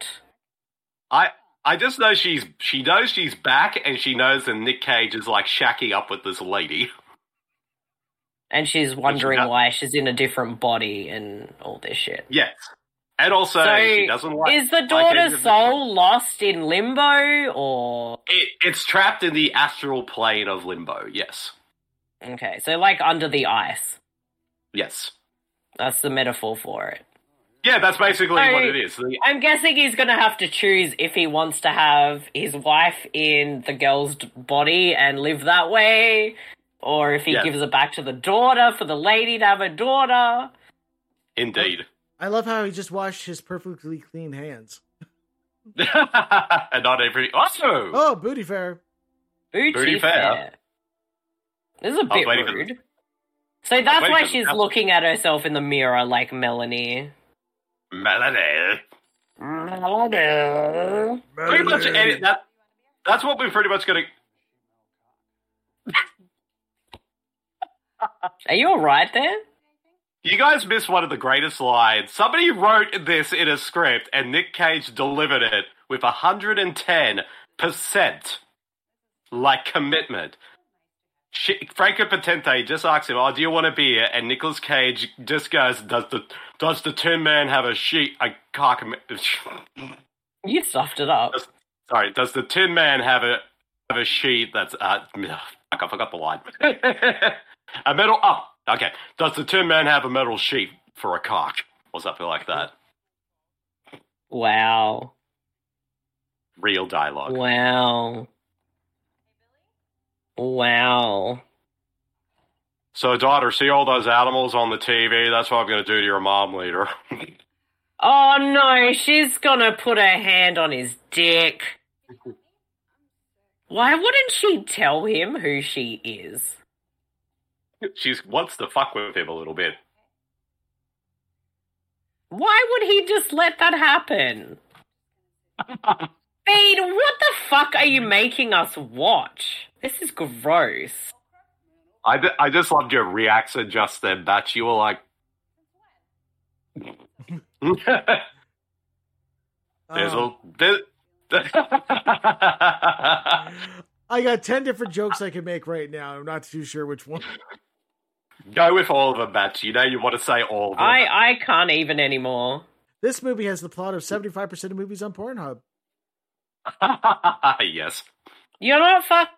I. I just know she's she knows she's back and she knows that Nick Cage is like shacking up with this lady. *laughs* And she's wondering got- why she's in a different body and all this shit. Yes. And also So, she doesn't like is the like daughter's any of the- soul lost in limbo or It, it's trapped in the astral plane of limbo, yes. okay, so like under the ice. Yes. That's the metaphor for it. Yeah, that's basically So- what it is. The- I'm guessing he's going to have to choose if he wants to have his wife in the girl's d- body and live that way, or if he Yeah. gives it back to the daughter for the lady to have a daughter. Indeed. *laughs* I love how he just washed his perfectly clean hands. and not every. Also, Oh, booty fair. Booty, Booty fair. fair. This is a bit waiting for the- rude. So that's waiting why for the she's apple. looking at herself in the mirror like Melanie. Melanie. Melanie. Pretty much any, that, that's what we're pretty much going to. Are you alright there? You guys missed one of the greatest lines. Somebody wrote this in a script, and Nick Cage delivered it with 110% like commitment. She, Franco Potente just asks him, "Oh, do you want a beer?" And Nicolas Cage just goes, "Does the does the Tin Man have a sheet? A car commit- *laughs* You stuffed it up. Sorry, does the Tin Man have a have a sheet that's uh ugh, fuck, I forgot the line. *laughs* a metal oh, okay. Does the Tin Man have a metal sheet for a cock? Or something like that. Wow. Real dialogue. Wow. Wow. So daughter, see all those animals on the TV? That's what I'm gonna do to your mom later. *laughs* Oh no, she's gonna put her hand on his dick. Why wouldn't she tell him who she is? She's wants to fuck with him a little bit. Why would he just let that happen? Bede, what the fuck are you making us watch? This is gross. I, d- I just loved your reaction just then, Batch. You were like *laughs* There's Um, a *laughs* there- I got ten different jokes I could make right now. I'm not too sure *laughs* which one. Go with all of them, Matt. You know you want to say all of them. I I can't even anymore. This movie has the plot of 75% of movies on Pornhub. *laughs* yes. You're not fuck.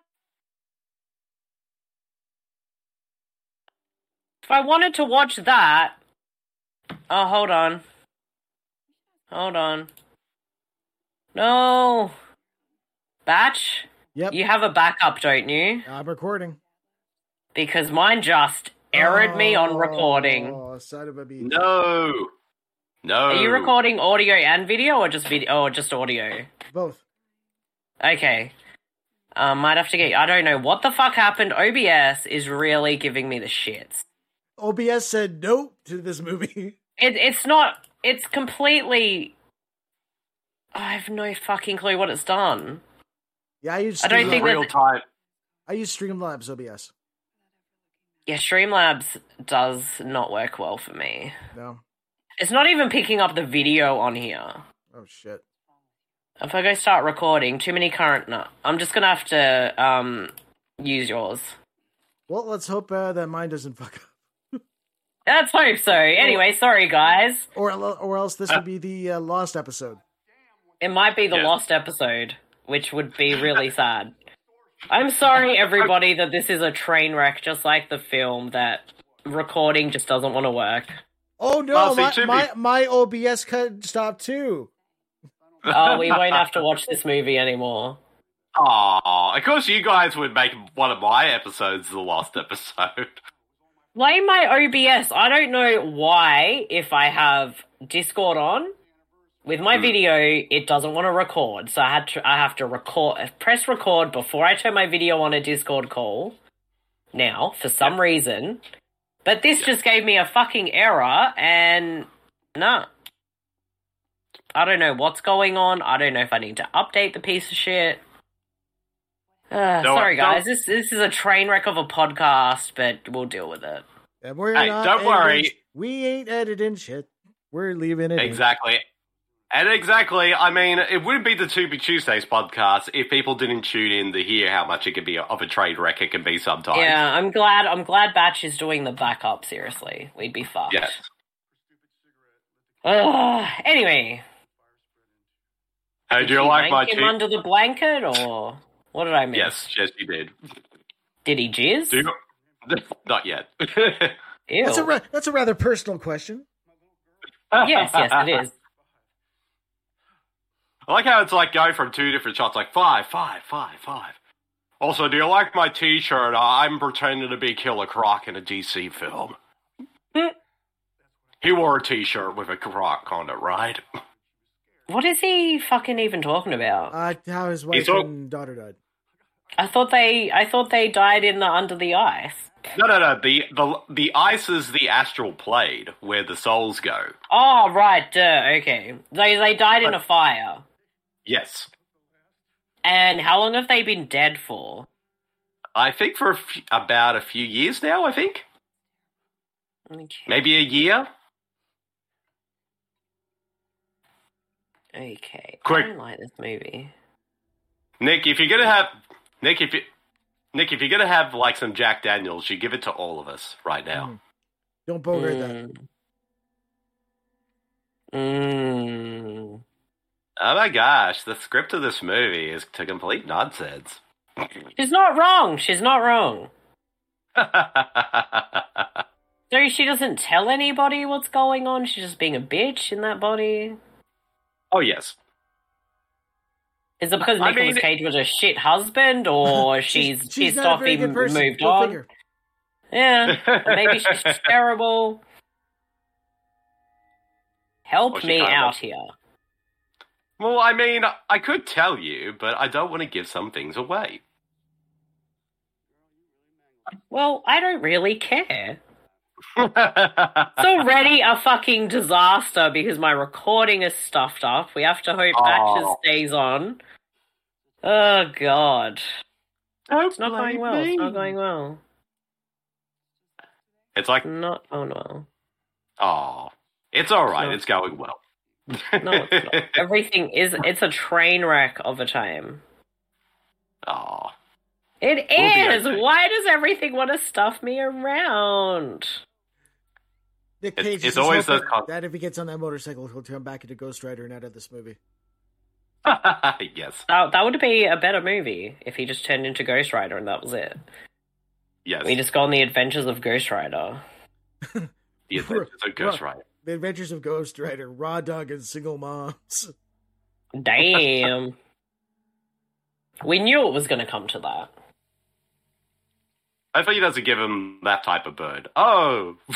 If I wanted to watch that, oh hold on, hold on. No, batch. Yep. You have a backup, don't you? I'm recording. Because mine just errored me on recording. Oh, son of a bee. No. No. Are you recording audio and video, or just video, or just audio? Both. Okay. Um, might have to get. I don't know what the fuck happened. OBS is really giving me the shits. OBS said no to this movie. *laughs* It, it's not. It's completely. I have no fucking clue what it's done. Yeah, I used. I don't This is think that- real time. I use Streamlabs OBS. Yeah, Streamlabs does not work well for me. No. It's not even picking up the video on here. Oh shit. If I go start recording, too many current. No, I'm just gonna have to um use yours. Well, let's hope uh, that mine doesn't fuck up, Let's hope so. Anyway, sorry guys. or el- or else this would be the uh, lost episode. It might be the Yeah. lost episode, which would be really sad. I'm sorry, everybody, that this is a train wreck, just like the film that recording just doesn't want to work. Oh no, Well, see, my, to be- my my OBS cut stopped too. Oh, we won't have to watch this movie anymore. *laughs* Aw, of course you guys would make one of my episodes the last episode. Blame my OBS. I don't know why, if I have Discord on with my video, it doesn't want to record. So I had to, I have to record, press record before I turn my video on a Discord call. Now, for some reason, but this just gave me a fucking error, and no, I don't know what's going on. I don't know if I need to update the piece of shit. Uh, Don't- sorry, guys. don't- This this is a train wreck of a podcast, but we'll deal with it. And we're Hey, not don't editing worry. sh- We ain't editing shit. We're leaving it. in. Exactly. And exactly, I mean, it wouldn't be the To Be Tuesdays podcast if people didn't tune in to hear how much it could be of a trade wreck it can be sometimes. Yeah, I'm glad. I'm glad Batch is doing the backup. Seriously, we'd be fucked. Yes. Ugh. Anyway, Hey, do you did he like my wank him cheek? under the blanket, or what did I miss? Yes, yes, you *laughs* did. Did he jizz? Do you? *laughs* Not yet. *laughs* Ew. That's a ra- that's a rather personal question. *laughs* yes, yes, it is. *laughs* I like how it's like going from two different shots, like five, five, five, five. Also, do you like my T-shirt? Uh, I'm pretending to be Killer Croc in a DC film. Hmm. he wore a T-shirt with a croc on it, right? What is he fucking even talking about? Uh, how his wife all- and daughter died. I thought they, I thought they died in the under the ice. No, no, no. The the the ice is the astral plane where the souls go. Oh right, duh, okay. They they died in a fire. Yes, And how long have they been dead for? I think for a f- about a few years now. I think Okay. maybe a year. okay. Quick. I don't like this movie. Nick, if you're gonna have Nick, if you Nick, if you're gonna have like some Jack Daniels, you give it to all of us right now. Mm-hmm. Hmm. Don't bogart that. Mm. Mm. Oh my gosh, the script of this movie is to complete nonsense. *laughs* She's not wrong. She's not wrong. yeah, So she doesn't tell anybody what's going on. She's just being a bitch in that body. oh yes. Is it because I Nicolas mean- Cage was a shit husband, *laughs* or she's, pissed not a off very he good m- person. moved Go on? figure. *laughs* Yeah, or maybe she's just Or terrible. Help she me kinda- out here. Well, I mean, I could tell you, but I don't want to give some things away. Well, I don't really care. *laughs* It's oh, already a fucking disaster because my recording is stuffed up. We have to hope Batches Oh. stays on. Oh god. It's not going well. It's not going well. It's like, Not going well. oh, it's all right. No. It's going well. No, it's not. Everything is it's a train wreck of a time. oh, *laughs* It We'll be is! okay. Why does everything want to stuff me around? Nick It's- Cage it's is always hoping those con- that if he gets on that motorcycle, he'll turn back into Ghost Rider and out of this movie. *laughs* yes, That, that would be a better movie if he just turned into Ghost Rider and that was it. yes. We just go on the adventures of Ghost Rider. the *laughs* adventures of Ghost Rider. The Adventures of Ghost Rider, Raw Dog, and Single Moms. Damn. We knew it was going to come to that. Hopefully, he doesn't give him that type of bird. Oh, *laughs*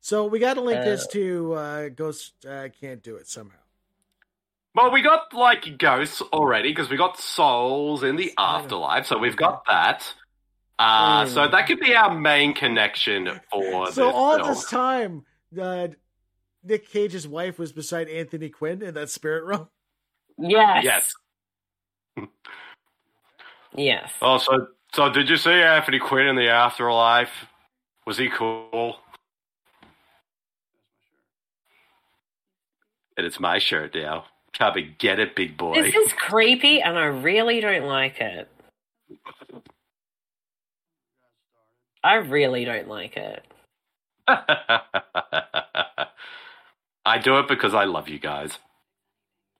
So we got to link Uh. this to uh, Ghost. Uh, can't do it somehow. well, we got like ghosts already because we got souls in the afterlife, so we've got that. Uh, Mm. So that could be our main connection for so this all film. this time, uh, Nick Cage's wife was beside Anthony Quinn in that spirit realm. Yes. Yes. Yes. Oh, so so did you see Anthony Quinn in the afterlife? Was he cool? And it's my shirt now. Come and get it, big boy. This is creepy, and I really don't like it. I really don't like it. *laughs* I do it because I love you guys.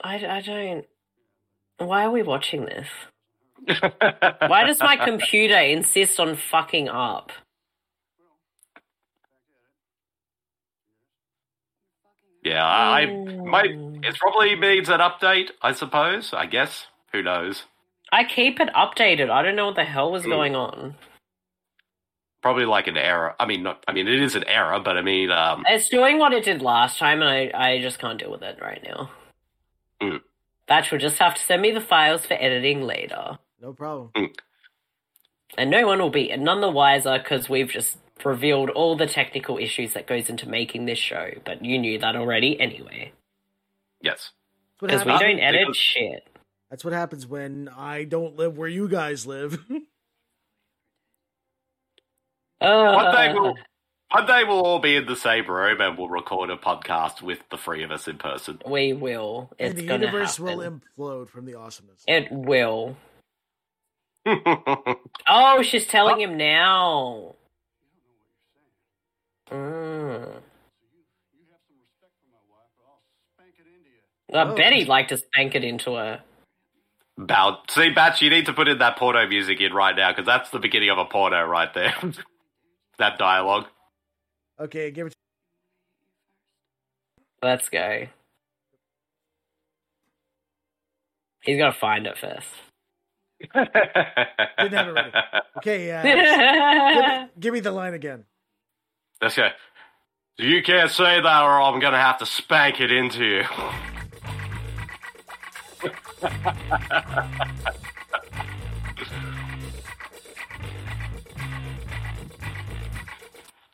I, I don't. Why are we watching this? Why does my computer insist on fucking up? *laughs* Yeah, I Mm. my it probably needs an update. I suppose. I guess. Who knows? I keep it updated. I don't know what the hell Hmm. was going on. Probably like an error. I mean, not. I mean, it is an error, but I mean, *laughs* um, It's doing what it did last time, and I, I just can't deal with it right now. Mm. Batch will just have to send me the files for editing later. No problem. mm, And no one will be none the wiser because we've just revealed all the technical issues that goes into making this show. But you knew that already anyway. yes. That's what, Because we happens. don't edit Because- shit. That's what happens when I don't live where you guys live. *laughs* Uh, One day we'll one day we'll all be in the same room and we'll record a podcast with the three of us in person. *laughs* We will. It's and the gonna universe happen. will implode from the awesomeness. it will. That's Oh, she's telling him now. Mm. I Oh. bet he'd like to spank it into her. about see, Batch, you need to put in that porno music in right now because that's the beginning of a porno right there. *laughs* that dialogue. Okay, give it. Let's go. He's got to find it first. *laughs* Didn't have it ready. Okay, *laughs* uh, give, me, That's give me the line again. Let's go. You can't say that, or I'm gonna have to spank it into you. *laughs*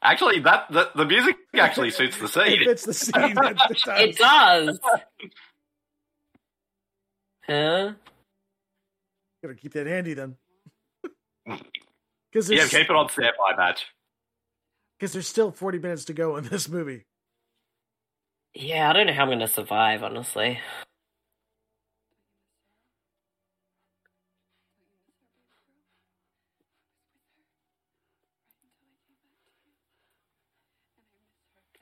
actually, that the, the music actually suits the It scene. fits the scene. *laughs* at the time. it does. huh? Gotta keep that handy then. *laughs* Because Yeah, there's, keep it on standby, match. *laughs* 'cause there's still 40 minutes to go in this movie. Yeah, I don't know how I'm going to survive, honestly.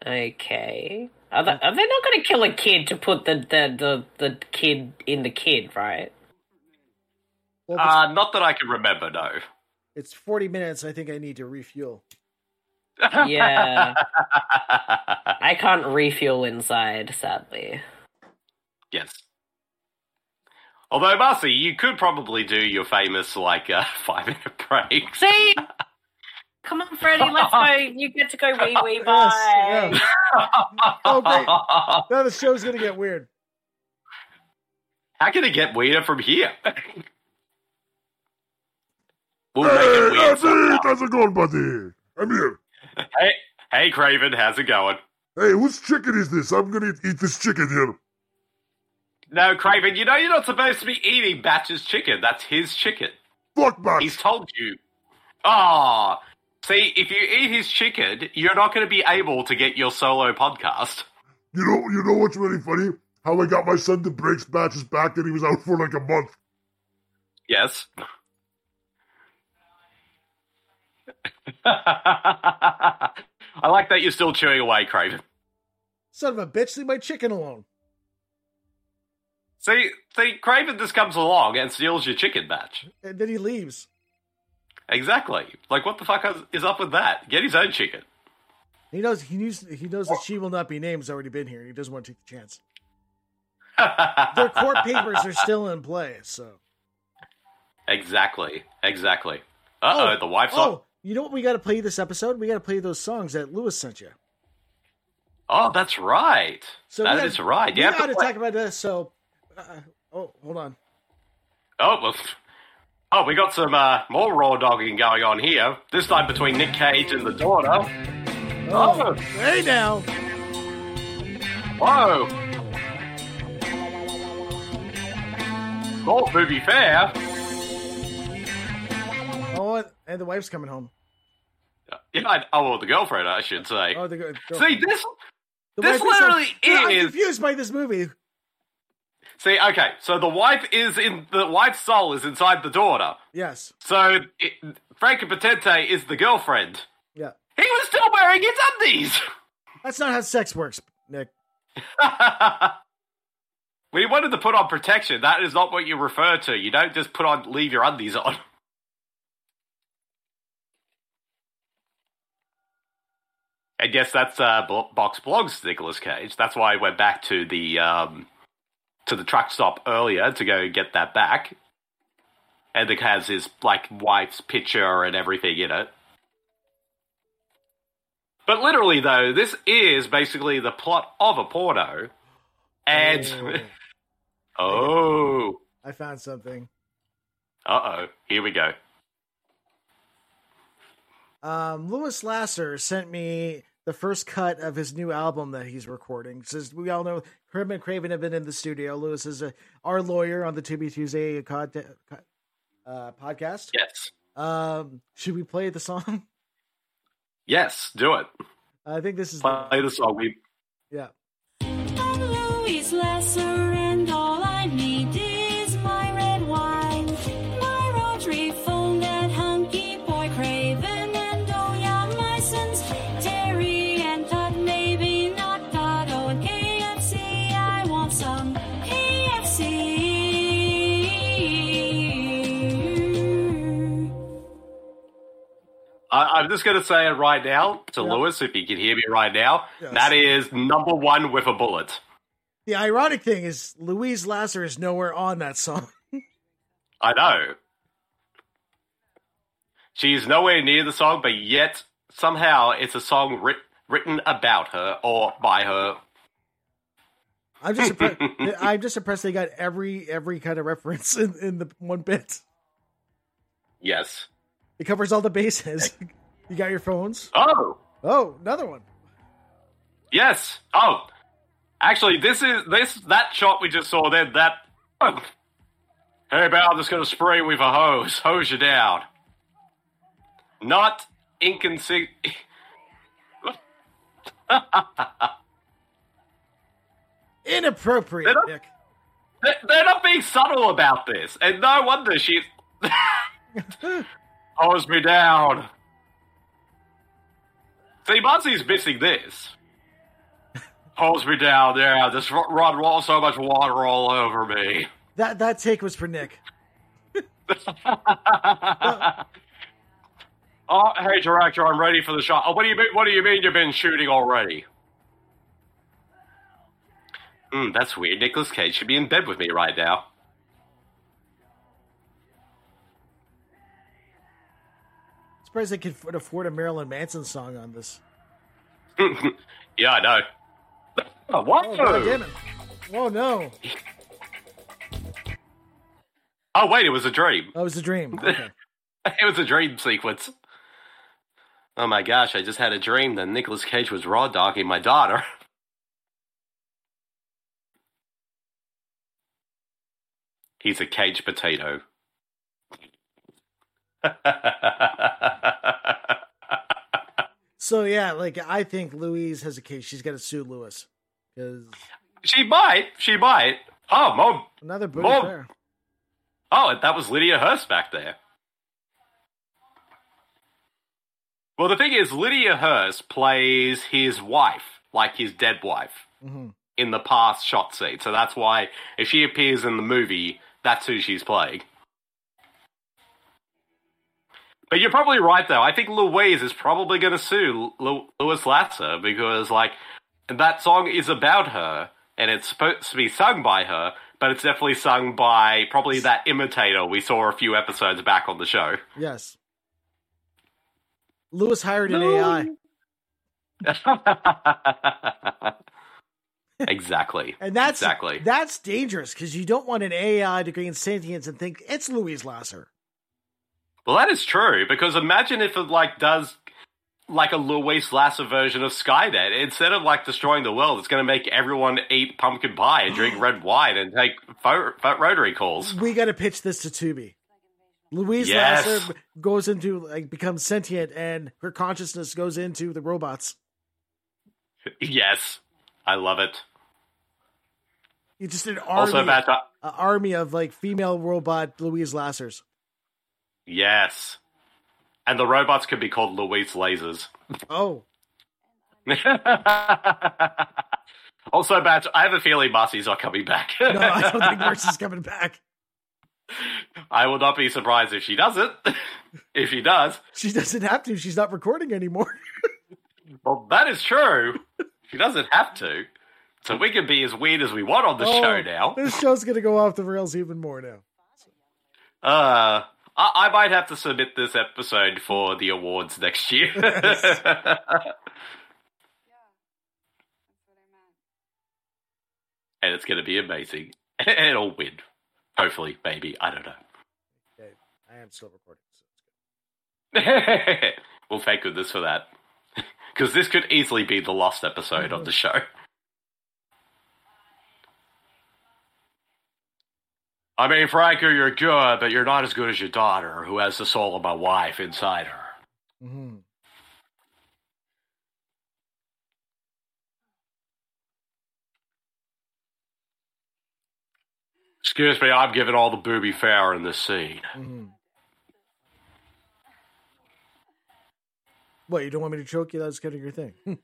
Okay. Are they, are they not going to kill a kid to put the, the, the, the kid in the kid, right? Well, if it's, Uh, not that I can remember, no. it's 40 minutes. I think I need to refuel. *laughs* Yeah. I can't refuel inside, sadly. yes. Although, Marcy, you could probably do your famous, like, uh, *laughs* five minute breaks. See? Come on, Freddy, let's go. You get to go wee wee. Bye. *laughs* Yes, yeah. *laughs* Oh, great. Now the show's gonna get weird. How can it get weirder from here? we'll make it weird. somehow. how's it going, buddy? I'm here. Hey, hey, Craven, how's it going? Hey, whose chicken is this? I'm gonna eat this chicken here. No, Craven, you know you're not supposed to be eating Batch's chicken. That's his chicken. Fuck, man. He's told you. Ah, see, if you eat his chicken, you're not going to be able to get your solo podcast. You know, you know what's really funny? How I got my son to break Spatch's back that he was out for like a month. Yes. *laughs* I like that you're still chewing away, Craven. Son of a bitch, leave my chicken alone. See, see, Craven just comes along and steals your chicken batch. And then he leaves. Exactly. Like, what the fuck is- is up with that? Get his own chicken. *laughs* He knows he knows he knows that she will not be named has already been here and *laughs* he doesn't want to take the chance. Their court papers are still in play, so Exactly. Exactly. Uh oh, the wife's oh, on. you know what? We got to play this episode. We got to play those songs that Lewis sent you. Oh, that's right. So that we gotta- is right. We You have got to to play- talk about this. So, uh, oh, hold on. Oh well. *laughs* Oh, we got some uh, more raw dogging going on here. This time between Nick Cage and the daughter. Oh, Hey now, Oh, whoa! More movie fair. oh, and- and the wife's coming home. Yeah, I, oh, well, the girlfriend, I should say. Oh, the, girl- See this. the this wife is- literally Dude, I'm is- confused by this movie. See, okay, so the wife is in the wife's soul is inside the daughter. Yes, So it, Frankie Potente is the girlfriend. yeah. He was still wearing his undies. That's not how sex works, Nick. *laughs* we wanted to put on protection. That is not what you refer to. You don't just put on leave your undies on. *laughs* And yes, that's uh, Blo- Box Blogs, Nicolas Cage. That's why I went back to the um, to the truck stop earlier to go get that back. And it has his like wife's picture and everything in it. But literally, though, this is basically the plot of a porno. And oh, I found something. uh oh, here we go. Um, Lewis Lasser sent me the first cut of his new album that he's recording. Says we all know Herb and Craven have been in the studio. Lewis is a, our lawyer on the To Be Tuesday cod- uh, podcast. Yes, Um, should we play the song? *laughs* yes, do it. I think this is the, Play the song. We yeah. I'm Louise Lesser, and all I need is my red wine. My rotary phone, that hunky boy Craven, and oh yeah, my sons Terry and Todd, maybe not Todd. Oh, and KFC, I want some KFC. I, I'm just going to say it right now to Lewis, if he can hear me right now. Yes. That is number one with a bullet. The ironic thing is Louise Lasser is nowhere on that song. I know. She's nowhere near the song, but yet somehow it's a song writ- written about her or by her. I'm just impressed. I'm just impressed they got every every kind of reference in, in the one bit. Yes. It covers all the bases. *laughs* you got your phones? Oh, Oh, another one. Yes. Oh, actually, this is this that shot we just saw. Then that. oh. Hey, Bow, I'm just gonna spray with a hose. Hose you down. Not inconsi. Inappropriate, Did I- Nick. They- They're not being subtle about this, and no wonder she's. *laughs* hose me down. See, Muncy's missing this. Hose me down there. This rod roll so much water all over me. That that take was for Nick. Oh, hey, director, I'm ready for the shot. Oh, what do you mean? What do you mean you've been shooting already? Hmm, that's weird. Nicholas Cage should be in bed with me right now. *laughs* surprised they could afford- afford a Marilyn Manson song on this. Yeah, I know. Oh, what? Oh, God damn it. Whoa, no. Oh, wait, it was a dream. That was a dream. Okay. *laughs* It was a dream sequence. Oh my gosh, I just had a dream that Nicholas Cage was raw dogging my daughter. *laughs* He's a cage potato. *laughs* So yeah, like I think Louise has a case. She's got to sue Lewis because she might. She might. Oh, Mo. another booty Mom. there. Oh, that was Lydia Hearst back there. Well, the thing is, Lydia Hearst plays his wife, like his dead wife. hmm in the past shot scene. So that's why if she appears in the movie, that's who she's playing. But you're probably right, though. I think Louise is probably going to sue Lu- Louis Lasser because, like, that song is about her and it's supposed to be sung by her, but it's definitely sung by probably that imitator we saw a few episodes back on the show. *laughs* Yes. Lewis hired an AI. exactly. And that's Exactly. that's dangerous because you don't want an AI to gain sentience and think it's Louise Lasser. Well, that is true because imagine if it like does like a Luis Lasser version of Skynet. Instead of like destroying the world, it's going to make everyone eat pumpkin pie and drink red wine and take fo- fo- rotary calls. *laughs* We got to pitch this to Tubi. Louise Yes. Lasser goes into like becomes sentient and her consciousness goes into the robots. Yes, I love it. You just an army, Also, Matt, I- a army of like female robot Louise Lassers. yes, and the robots can be called Luis Lasers. *laughs* Oh, also, Matt, I have a feeling Marcy's not coming back. *laughs* no, I don't think Mercy's coming back. *laughs* I will not be surprised if she doesn't. *laughs* if she does, She doesn't have to. She's not recording anymore. well, that is true. She doesn't have to. So we can be as weird as we want on the show Oh, now. This show's gonna go off the rails even more now. Uh, I, I might have to submit this episode for the awards next year. *laughs* and it's going to be amazing. *laughs* And it'll win. Hopefully, maybe. I don't I am still recording. So it's good. know. *laughs* well, thank goodness for that. *laughs* Because this could easily be the last episode of the show. I mean, Franco, you're good, but you're not as good as your daughter, who has the soul of my wife inside her. Mm-hmm. Excuse me, I'm giving all the booby fare in this scene. Mm-hmm. What you don't want me to choke you? That's kind of your thing. *laughs*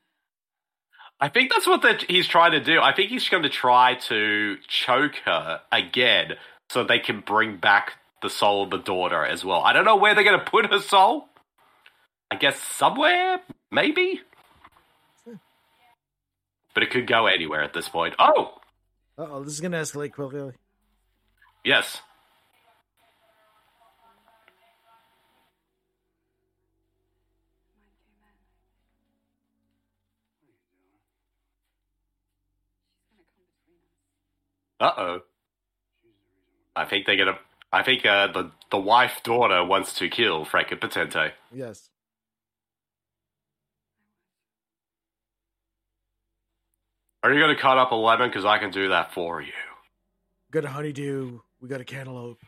I think that's what that he's trying to do. I think he's going to try to choke her again so they can bring back the soul of the daughter as well. I don't know where they're going to put her soul. I guess somewhere, maybe? But it could go anywhere at this point. Oh, Uh oh, this is gonna escalate quickly. yes. Uh oh. I think they're gonna. I think uh, the the wife daughter wants to kill Franco Potente. Yes. Are you gonna cut up a lemon? Because I can do that for you. got a honeydew. We got a cantaloupe.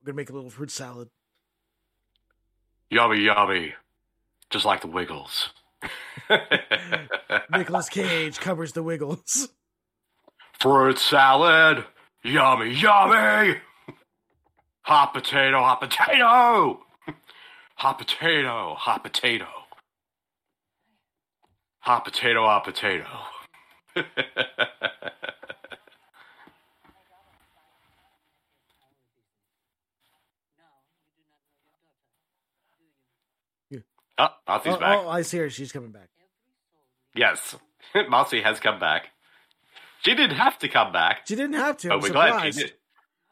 We're gonna make a little fruit salad. Yummy, yummy. Just like the Wiggles. *laughs* Nicholas Cage covers *laughs* the Wiggles. Fruit salad. Yummy, yummy. Hot potato, hot potato. Hot potato, hot potato. Hot potato, hot potato. oh, Marcy's oh, back. oh, I see her. She's coming back. Yes. *laughs* Marcy has come back. She didn't have to come back. She didn't have to. But I'm Oh, we're glad she surprised. did.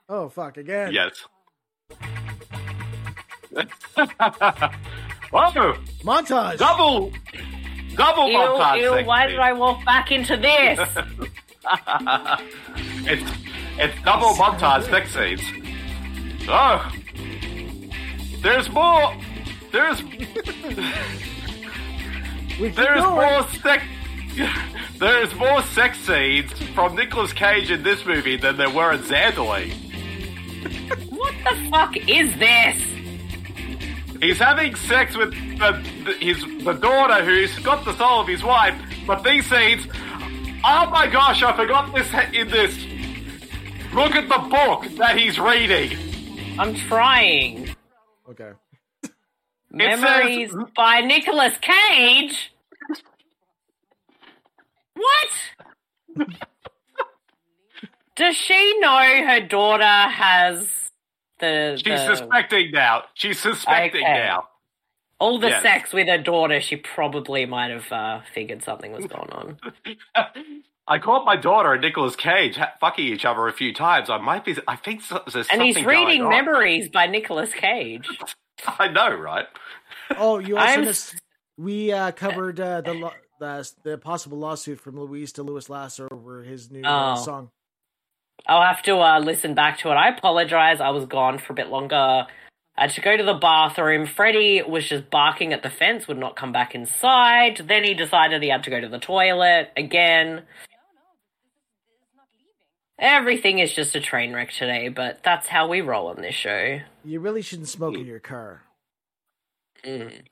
Oh fuck again. Yes. *laughs* Whoa! Montage. Double! Double Ew, montage ew, section. why did I walk back into *laughs* this? It's, it's double montage sex scenes. Oh! There's more! There's, We keep there's going. more sex... *laughs* There's more sex scenes from Nicolas Cage in this movie than there were in Xanderley. what the fuck is this? He's having sex with the, the, his the daughter who's got the soul of his wife, but these scenes. Oh my gosh, I forgot this he- in this. Look at the book that he's reading. I'm trying. Okay. It Memories says- by Nicolas Cage. What? Does she know her daughter has the? She's the- suspecting now. She's suspecting Oh. Okay. now. All the Yeah. sex with her daughter, she probably might have uh, figured *laughs* something was going on. I caught my daughter and Nicolas Cage ha- fucking each other a few times. I might be. I think so, there's And he's something going reading on. Memories by Nicolas Cage. *laughs* I know, right? Oh, you also I'm- missed. We uh, covered uh, the, lo- the the possible lawsuit from Louise to Louis Lasser over his new uh, Oh. song. I'll have to uh, listen back to it. I apologize. I was gone for a bit longer. I had to go to the bathroom. Freddie was just barking at the fence, would not come back inside. Then he decided he had to go to the toilet again. Everything is just a train wreck today, but that's how we roll on this show. You really shouldn't smoke in your car. Mm.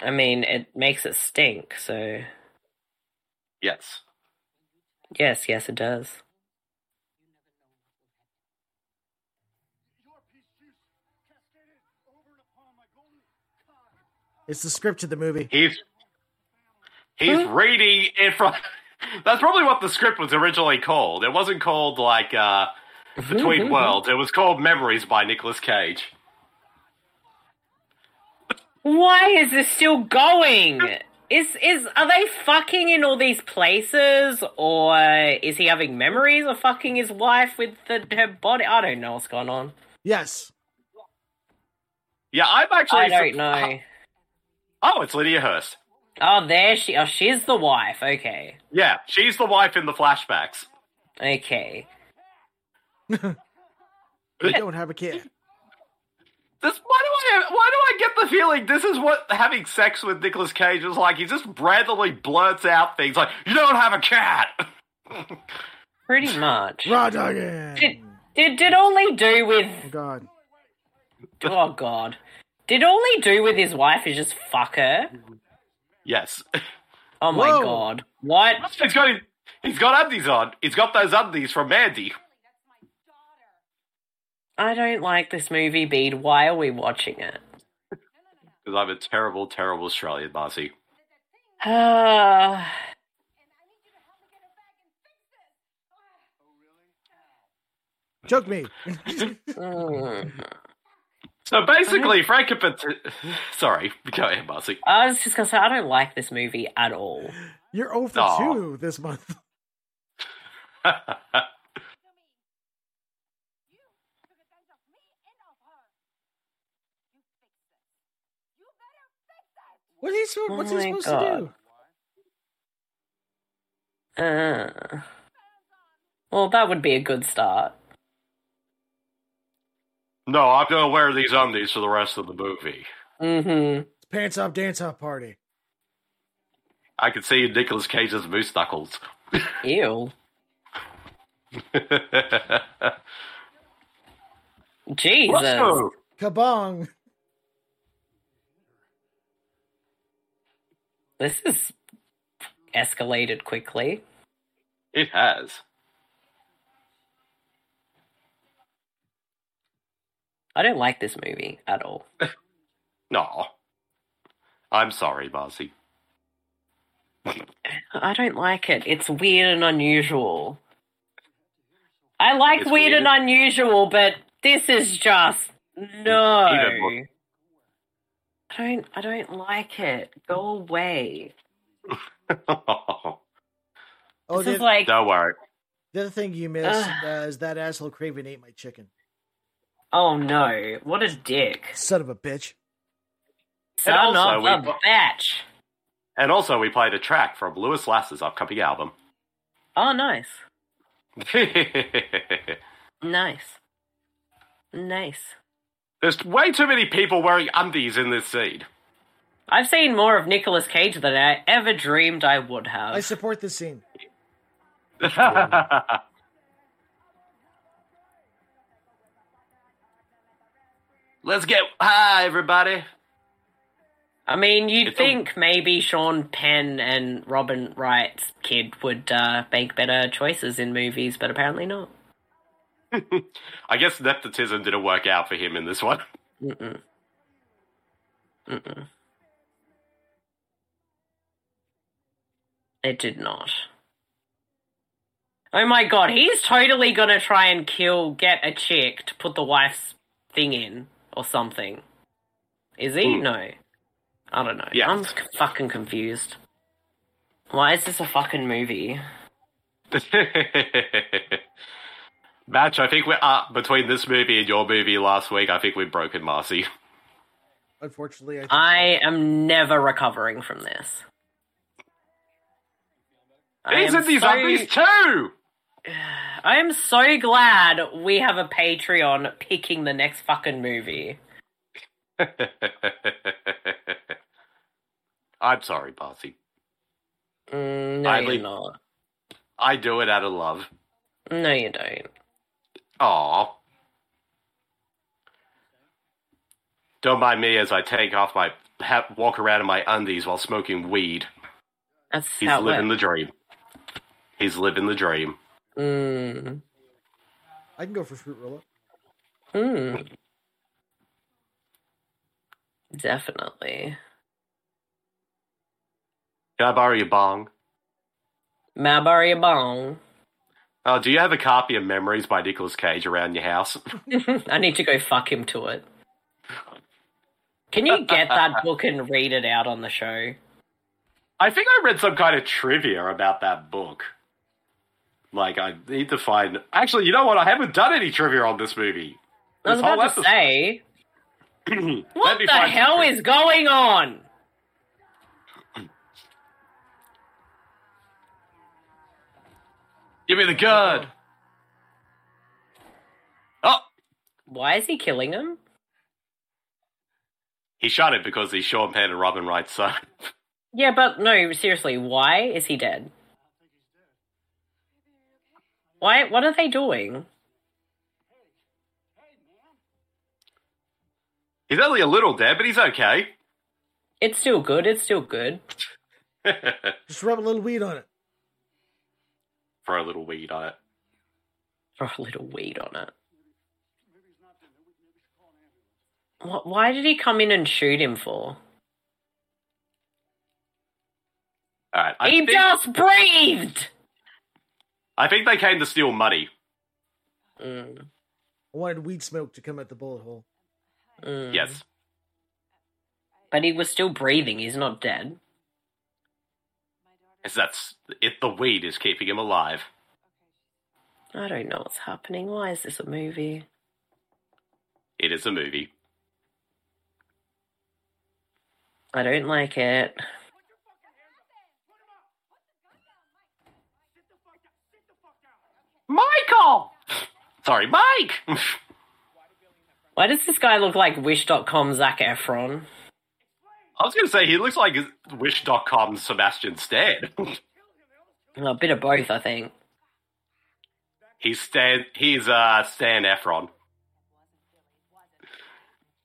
I mean, it makes it stink, so Yes. yes, yes, it does. It's the script to the movie. He's he's reading it from. *laughs* That's probably what the script was originally called. It wasn't called like uh, Mm-hmm, Between Worlds. It was called Memories by Nicolas Cage. Why is this still going? Is is are they fucking in all these places, or is he having memories of fucking his wife with the, her body? I don't know what's going on. Yes. Yeah, I'm actually. I don't surp- know. *laughs* Oh, it's Lydia Hurst. Oh, there she. Oh, she's the wife. Okay, Yeah, she's the wife in the flashbacks. okay. We don't have a kid. This, why do I why do I get the feeling this is what having sex with Nicolas Cage is like? He just randomly blurts out things like, "You don't have a cat." *laughs* Pretty much. Raw dogging. Did did did only do with Oh, God. Oh god. Did all he do with his wife is just fuck her? yes, *laughs* Oh my Whoa. god. What? he's got his- he's got undies on. He's got those undies from Mandy. I don't like this movie, Bede. Why are we watching it? *sighs* Because I'm a terrible, terrible Australian, Marcy. Uh, Choke me. *laughs* mm. So basically, Frankenpin. *laughs* Sorry, go ahead, Marcy. *laughs* I was just gonna say, I don't like this movie at all. You're 0 for Aw. 2 this month. What is he, supposed- what's Oh he my supposed God. to do? Uh, well, that would be a good start. no, I'm gonna wear these undies for the rest of the movie. hmm It's pants off, dance off party. I can see Nicolas Cage's moose knuckles. *laughs* Ew. Jesus. Whoa. Kabong. This is escalated quickly. It has. I don't like this movie at all. No. I'm sorry, Marcy. *laughs* I don't like it. It's weird and unusual. I like It's weird, weird. and unusual, but this is just no. Even more- I don't. I don't like it. Go away. Don't Oh, this is the, like worry. the other thing you missed uh, is that asshole Craven ate my chicken. oh no, what a dick! Son of a bitch. Son also of we- a bitch. And also, we played a track from Lewis Lass's upcoming album. *laughs* Oh, nice, There's nice, nice. way too many people wearing undies in this scene. I've seen more of Nicolas Cage than I ever dreamed I would have. I support this scene. That's Let's get high, everybody. I mean, you'd It's a- think maybe Sean Penn and Robin Wright's kid would uh, make better choices in movies, but apparently not. *laughs* I guess nepotism didn't work out for him in this one. *laughs* Mm-mm. Mm-mm. It did not. Oh my god, he's totally gonna try and kill, get a chick to put the wife's thing in or something. Is he? No. I don't know. Hmm. Yeah. I'm s- fucking confused. Why is this a fucking movie? Match, I think we're uh, between this movie and your movie last week. I think we've broken Marcy. Unfortunately, I, think I am never recovering from this. I These am are these so- uglies too. *laughs* I am so glad we have a Patreon picking the next fucking movie. I'm sorry, Marcy. Mm, No, Idly. you're not. I do it out of love. No, you don't. Aw. Don't mind me as I take off my ha- walk around in my undies while smoking weed. That's He's how it living the works. dream. He's living the dream. Mm. I can go for fruit roll up. Mm. Definitely. Can I borrow your bong? Mabaria Bong. *laughs* Oh, do you have a copy of Memories by Nicolas Cage around your house? *laughs* I need to go fuck him to it. Can you *laughs* get that book and read it out on the show? I think I read some kind of trivia about that book. Like, I need to find. Actually, you know what? I haven't done any trivia on this movie. I was This whole about to episode- *clears throat* say, what Let me find the some hell trivia. is going on? Give me the gun. Oh, Why is he killing him? he shot it because he's Sean Penn and Robin Wright's son. Yeah, but no, seriously, why is he dead? Why? What are they doing? *laughs* He's only a little dead, but he's okay. *laughs* It's still good. It's still good. Just rub a little weed on it. Throw a little weed on it. Throw a little weed on it. What, why did he come in and shoot him for? All right. I he think, just breathed. I think they came to steal money. Mm, I wanted weed smoke to come out the bullet hole. mm. Yes. but he was still breathing. He's not dead. Is that's if the weed is keeping him alive. I don't know what's happening. Why is this a movie? It is a movie. I don't like it. Michael! *laughs* Sorry, Mike! *laughs* Why does this guy look like Wish.com Zac Efron? I was going to say, he looks like Wish.com's Sebastian Stan. Well, a bit of both, I think. *laughs* he's Stan, he's uh, Stan Efron.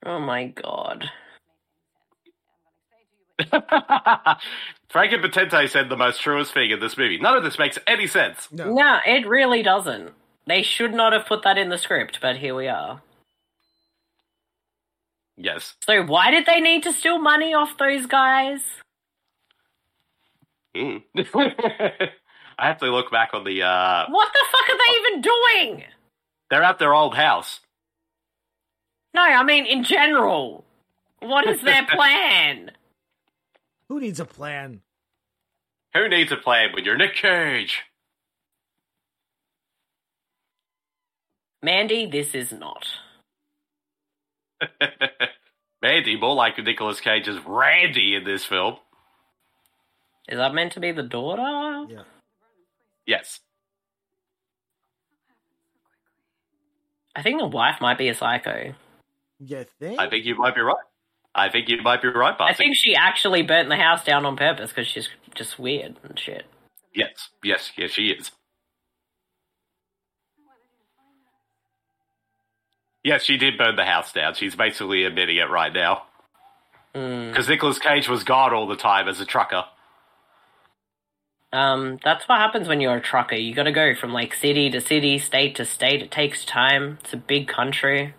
Oh my god. *laughs* Frank and Potente said the most truest thing in this movie. None of this makes any sense. No. No, it really doesn't. They should not have put that in the script, but here we are. Yes. So why did they need to steal money off those guys? Mm. *laughs* I have to look back on the. Uh, What the fuck are they even doing? they're at their old house. No, I mean in general. What is their plan? Who needs a plan? Who needs a plan when you're Nick Cage? *laughs* Mandy, this is not. Mandy, more like Nicolas Cage's Randy in this film. Is that meant to be the daughter? Yeah. Yes. I think the wife might be a psycho. You think? I think you might be right. I think you might be right, Basi. I think she actually burnt the house down on purpose because she's just weird and shit. Yes, yes, yes, she is. Yes, she did burn the house down. She's basically admitting it right now. Mm. Because Nicolas Cage was God all the time as a trucker. Um, that's what happens when you're a trucker. You gotta go from like city to city, state to state. It takes time. It's a big country.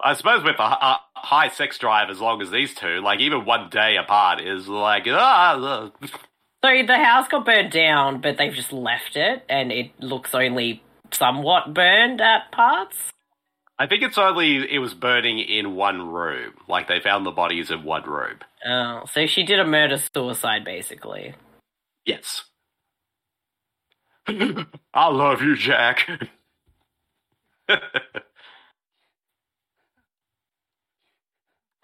I suppose with a, hi- a high sex drive as long as these two, like even one day apart is like, ah, uh, So the house got burnt down, but they've just left it, and it looks only somewhat burned at parts. I think it's only it was burning in one room. Like they found the bodies in one room. Oh, so she did a murder suicide, basically. Yes. I love you, *laughs* Jack.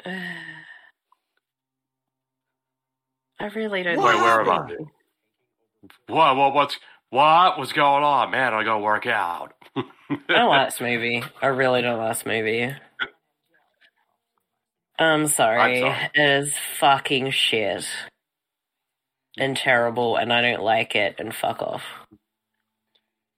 I really don't. Wait, know. where am I? What? What? What's what was going on, man? I gotta work out. *laughs* I don't like this movie. I really don't like this movie. I'm sorry. sorry. It is fucking shit. And terrible, and I don't like it, and fuck off. *laughs*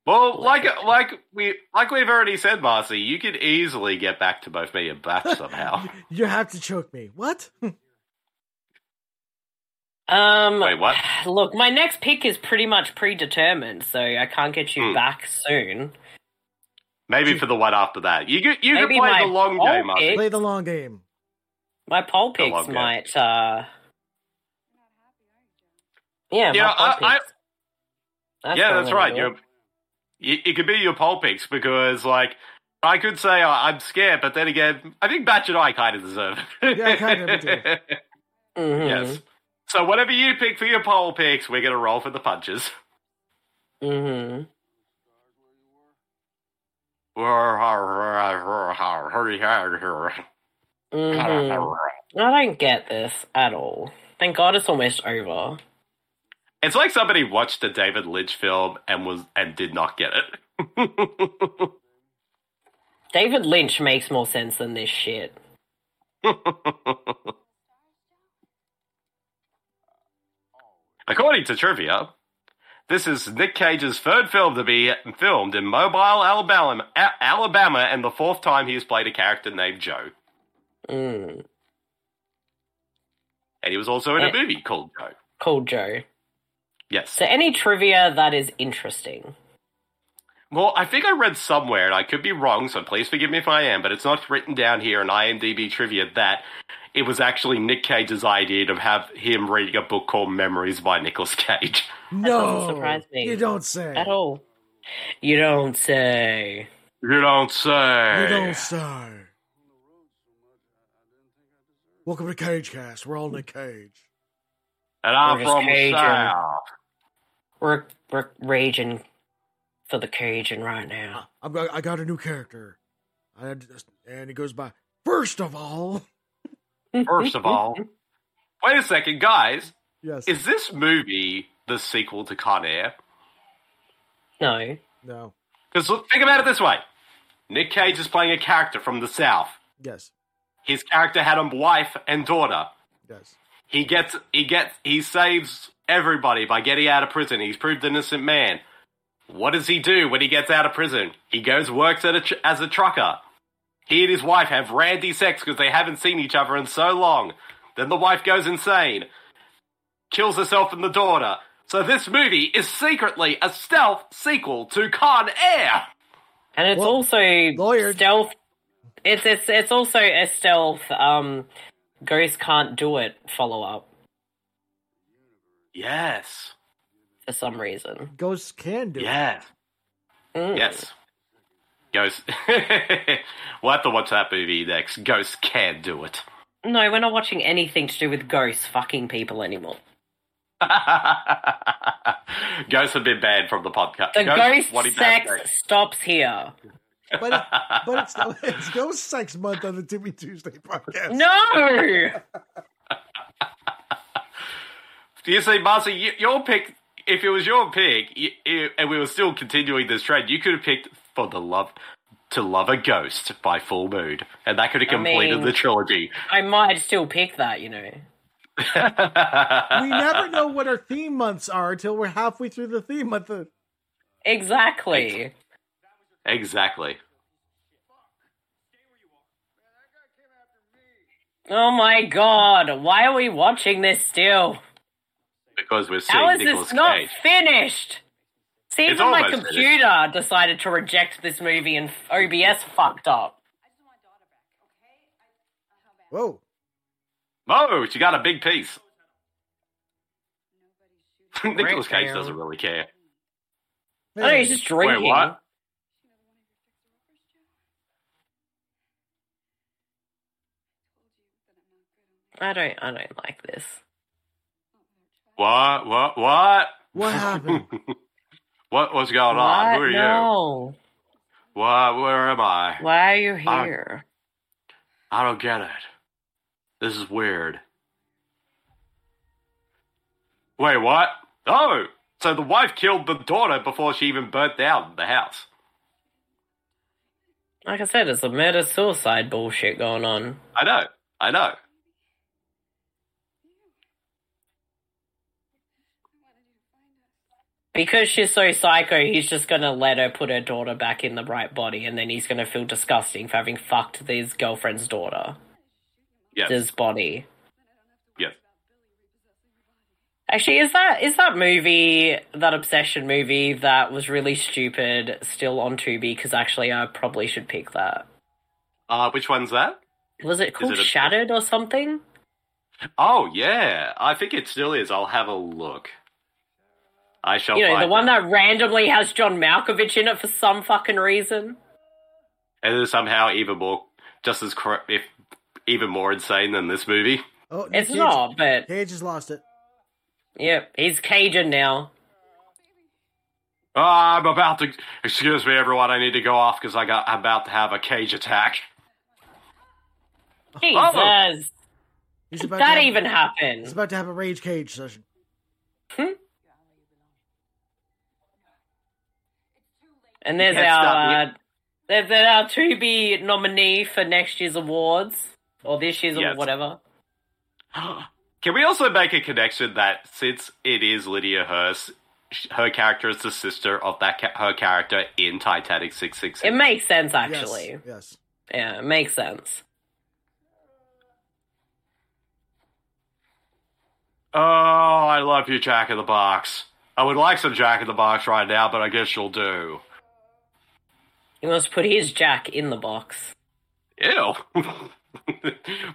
Well, like like we like we've already said, Marcy, you could easily get back to both me and Black *laughs* somehow. You have to choke me. What? *laughs* Um, Wait, what? Look, my next pick is pretty much predetermined, so I can't get you Hmm. back soon. *laughs* Maybe for the one after that, you could you could Maybe play my the long whole game, Marcy. pick- Play the long game. My poll Go on, picks go. might. uh Yeah, Yeah, my poll I- I- picks. That's yeah, the that's way to right. do You're, it. it, it could be your poll picks because, like, I could say oh, I'm scared, but then again, I think Batch and I kind of deserve it. Yeah, kind of, we do. Mhm. *laughs* yes. So whatever you pick for your poll picks, we're gonna roll for the punches. Mm-hmm. I hmm I don't get this at all. Thank God it's almost over. *laughs* It's like somebody watched a David Lynch film and was and did not get it. *laughs* David Lynch makes more sense than this shit. According to trivia, this is Nick Cage's third film to be filmed in Mobile, Alabama, A- Alabama, and the fourth time he has played a character named Joe. Mm. And he was also in a Eh. movie called Joe. Cool, Joe. Yes. So, any trivia that is interesting? Well, I think I read somewhere, and I could be wrong, so please forgive me if I am, but it's not written down here in IMDb trivia that it was actually Nick Cage's idea to have him reading a book called Memories by Nicolas Cage. No, doesn't surprise me. You don't say. At all? You don't say. You don't say. You don't say. Welcome to Cage Cast. We're all in a cage. And I'm Or just from Cajun. South. We're, we're raging for the Cajun right now. I'm, go- I got a new character, I had to- and it goes by. First of all, First of *laughs* all, wait a second, guys. *laughs* yes, Is this movie the sequel to Con Air? No. no, Because think about it this way: Nick Cage is playing a character from the South. yes, His character had a wife and daughter. yes. He gets, he gets, he saves everybody by getting out of prison. He's proved an innocent man. What does he do when he gets out of prison? He goes works at a tr- as a trucker. He and his wife have randy sex because they haven't seen each other in so long. Then the wife goes insane, kills herself and the daughter. So this movie is secretly a stealth sequel to Con Air. And it's Well, also lawyer- stealth. It's, it's, it's also a stealth um, Ghost Can't Do It follow up Yes, for some reason. Ghosts can do. it. yes, Mm. yes. Ghost. *laughs* we'll have to watch that movie next. Ghost can do it. *laughs* No, we're not watching anything to do with ghosts fucking people anymore. Ghosts have been banned from the podcast. The ghost, what is that sex thing? stops here. but it, but it's it's Ghost Sex Month on the Timmy Tuesday *laughs* podcast. No! Do you see, Marcy, y- your pick, if it was your pick, y y- and we were still continuing this trend, you could have picked For the Love to Love a Ghost by Full Moon, and that could have I completed mean- the *laughs* trilogy. *laughs* I might still pick that, you know. we never know what our theme months are until we're halfway through the theme month. Of, Exactly. Exactly. Oh my god, why are we watching this still? Because we're seeing How is Nicolas this not Cage. finished? See, It's even my almost computer decided to reject this movie and OBS fucked up. whoa, Oh, she got a big piece. *laughs* Nicolas Cage doesn't really care. I know he's just drinking. Wait, what? I don't. I don't like this. What? What? What? What happened? What? What's going on? Who What? are you? no. What? Where am I? Why are you I- here? I don't get it. This is weird. Wait, what? Oh, so the wife killed the daughter before she even burnt down the house. Like I said, it's a murder suicide bullshit going on. I know. I know. Because she's so psycho, he's just gonna let her put her daughter back in the right body, and then he's gonna feel disgusting for having fucked his girlfriend's daughter. Yes. His body. yes. Actually, is that is that movie that obsession movie that was really stupid still on Tubi? Because actually, I probably should pick that. Uh, which one's that? Was it called it a- Shattered or something? Oh, yeah. I think it still is. I'll have a look. I shall you know, the find one that randomly has John Malkovich in it for some fucking reason. And it is somehow even more, just as, cor- if even more insane than this movie. Oh, no, It's Cage- not, but Cage has lost it. yep, he's Cajun now. Oh, I'm about to. Excuse me, everyone. I need to go off because I got. I'm about to have a cage attack. Jesus, He's Oh. about to that have- even He's happened. about to have a rage cage session. And there's Can't stop our me. uh, there's there's our Tubi nominee for next year's awards or this year's Yes. or whatever. Can we also make a connection that since it is Lydia Hearst, sh- her character is the sister of that ca- her character in Titanic Six Six It Six? makes sense Yes, actually. yes. Yeah, it makes sense. Oh, I love you, Jack in the Box. I would like some Jack in the Box right now, but I guess you'll do. He wants to put his jack in the box. Ew. *laughs*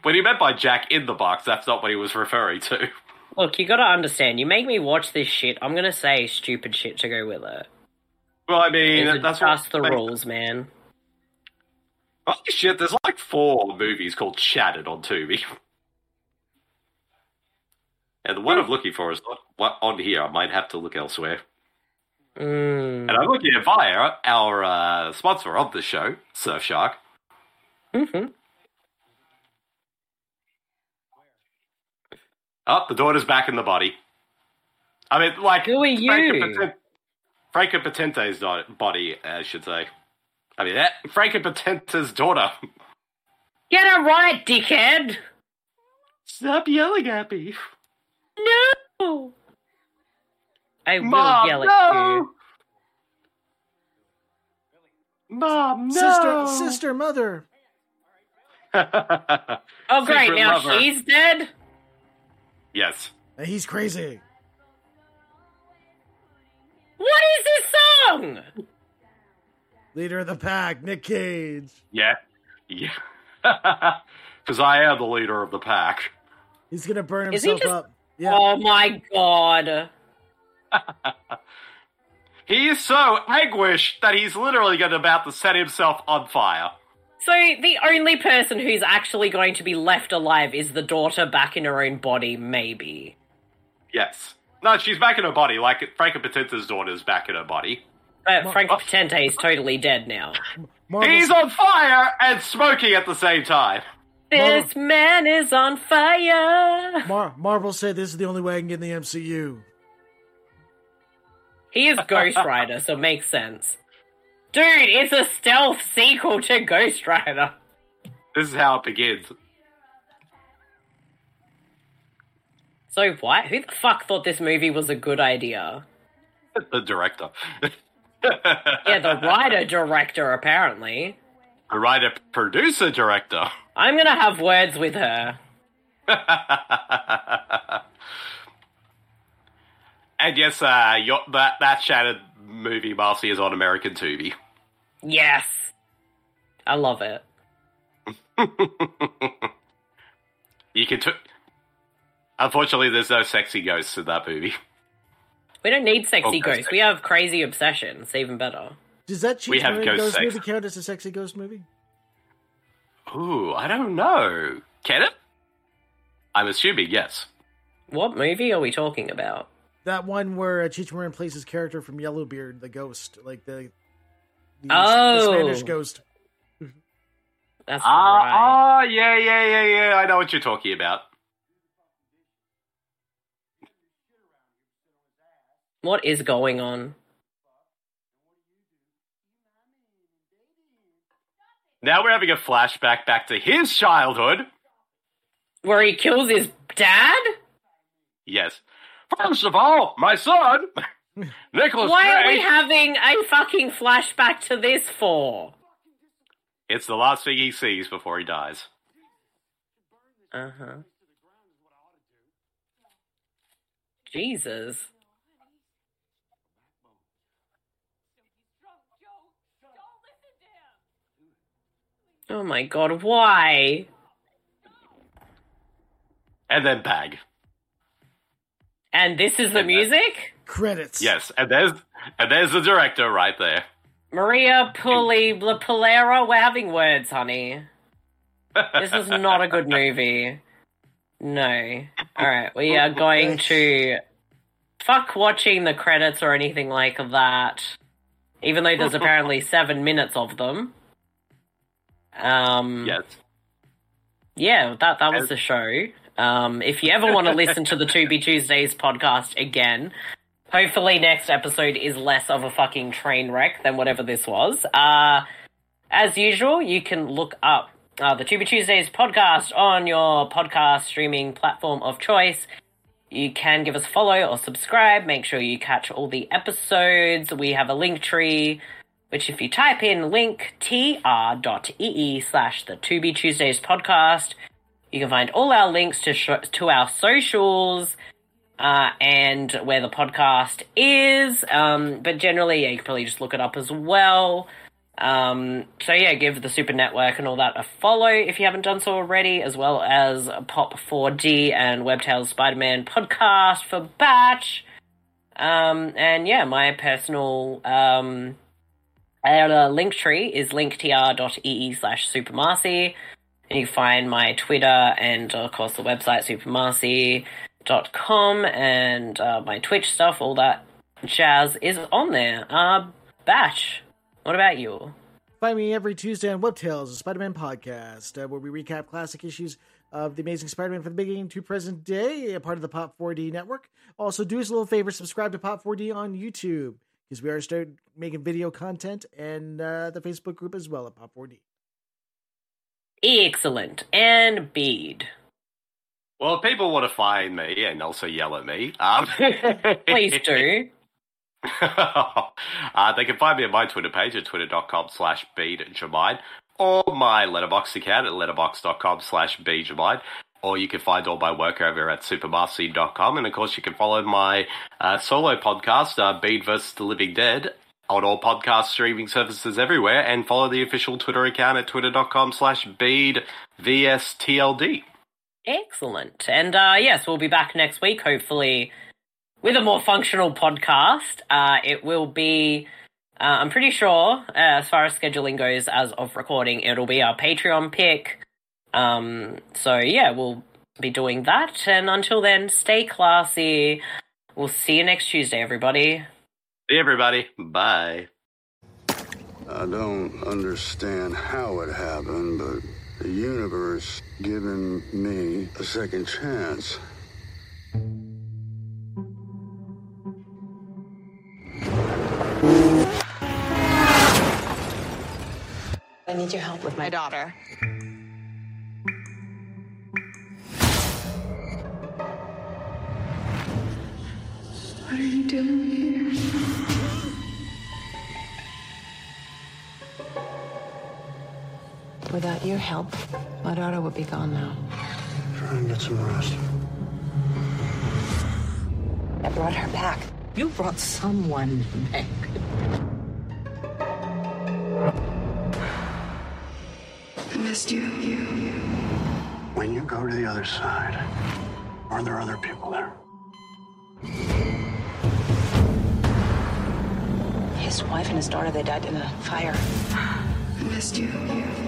when he meant by Jack in the box, that's not what he was referring to. *laughs* Look, you gotta understand, you make me watch this shit, I'm gonna say stupid shit to go with it. Well, I mean, It's that's just what the rules, man. Holy shit, there's like four movies called Shattered on Tubi. *laughs* And the one I'm looking for is not what- on here. I might have to look elsewhere. And Mm. I'm looking at via our uh, sponsor of the show, Surfshark. hmm Oh, the daughter's back in the body. I mean, like. Who are Franco you? Poten- Franco Potente's da- body, uh, I should say. I mean, that Franco Potente's daughter. *laughs* Get it right, dickhead! Stop yelling at me. No! I will Mom, yell at no! you. Mom, no! Sister, sister, mother. Oh, great, Secret now lover. she's dead? *laughs* yes. And he's crazy. What is this song? Leader of the pack, Nick Cage. Yeah. Yeah. *laughs* Because I am the leader of the pack. He's gonna burn Is he himself just- up. Yeah. Oh my god. He is so anguished that he's literally going to about to set himself on fire. So the only person who's actually going to be left alive is the daughter back in her own body, maybe. Yes. No, she's back in her body. Like Franco Potenta's daughter's back in her body. But Uh, Frank Potente is totally dead now. Marvel, He's on fire and smoking at the same time. This man is on fire. Mar- Marvel said this is the only way I can get in the MCU. He is Ghost Rider, so it makes sense. Dude, it's a stealth sequel to Ghost Rider. This is how it begins. *laughs* So what? Who the fuck thought this movie was a good idea? The director. *laughs* Yeah, the writer director apparently. The writer, producer, director. *laughs* I'm gonna have words with her. and yes, uh, your, that that shattered movie Marcy is on American Tubi. Yes. I love it. *laughs* you can. T- Unfortunately, there's no sexy ghosts in that movie. We don't need Oh, sexy Ghost ghosts. We have crazy obsession. It's even better. Does that We cheese have movie, ghost ghost sex. movie count as a sexy ghost movie? Ooh, I don't know. Can it? I'm assuming yes. What movie are we talking about? That one where uh, Cheech Marin plays his character from Yellowbeard, the ghost, like the, the, the Oh. Spanish ghost. That's right. Ah, ah, yeah, yeah, yeah, yeah. I know what you're talking about. What is going on? Now we're having a flashback back to his childhood. Where he kills his dad? Yes. First of all, my *laughs* son, Nicholas Why are we Cage. having a fucking flashback to this for? it's the last thing he sees before he dies. Uh huh. Jesus. Oh my god, why? And then *laughs* bang. And this is the music? Credits. Yes, and there's and there's the director right there. Maria Puli La Polera, we're having words, honey. This is not a good movie. No. Alright, we are going to fuck watching the credits or anything like that. Even though there's apparently seven minutes of them. Um Yes. yeah, that that was the show. Um, if you ever want to listen to the To Be Tuesdays podcast again, hopefully next episode is less of a fucking train wreck than whatever this was. Uh, as usual, you can look up uh, the To Be Tuesdays podcast on your podcast streaming platform of choice. You can give us a follow or subscribe. Make sure you catch all the episodes. We have a link tree which if you type in link tr.ee slash the To Be Tuesdays podcast, you can find all our links to sh- to our socials uh, and where the podcast is. Um, but generally, yeah, you can probably just look it up as well. Um, so yeah, give the Super Network and all that a follow if you haven't done so already, as well as Pop4D and Webtails Spider-Man podcast for Batch. Um, and yeah, my personal um, our uh, link tree is linktr.ee slash supermarcy. And you can find my Twitter and, of course, the website supermarcy.com and uh, my Twitch stuff, all that jazz is on there. Uh, Bash, what about you? Find me every Tuesday on WebTales, a Spider Man podcast, uh, where we recap classic issues of The Amazing Spider Man from the beginning to present day, a part of the Pop 4D network. Also, do us a little favor subscribe to Pop 4D on YouTube, because we are starting making video content and uh, the Facebook group as well at Pop 4D. E, Excellent. And Bede. Well, if people want to find me and also yell at me. Um, *laughs* Please do. uh, they can find me at my Twitter page at twitter.com slash beadjamine or my letterbox account at letterbox.com slash beadjamine or you can find all my work over at supermarcy.com and of course you can follow my uh, solo podcast uh, Bead vs. the Living Dead on all podcast streaming services everywhere and follow the official Twitter account at twitter.com slash bead vstld. Excellent. And uh, yes, we'll be back next week, hopefully, with a more functional podcast. Uh, it will be, uh, I'm pretty sure, uh, as far as scheduling goes, as of recording, it'll be our Patreon pick. Um, so yeah, we'll be doing that. And until then, stay classy. We'll see you next Tuesday, everybody. See everybody. Bye. I don't understand how it happened, but the universe given me a second chance. I need your help with my daughter. What are you doing here? Without your help, my daughter would be gone now. Try and get some rest. I brought her back. You brought someone back. I missed you. When you go to the other side, are there other people there? His wife and his daughter, they died in a fire. I missed you. I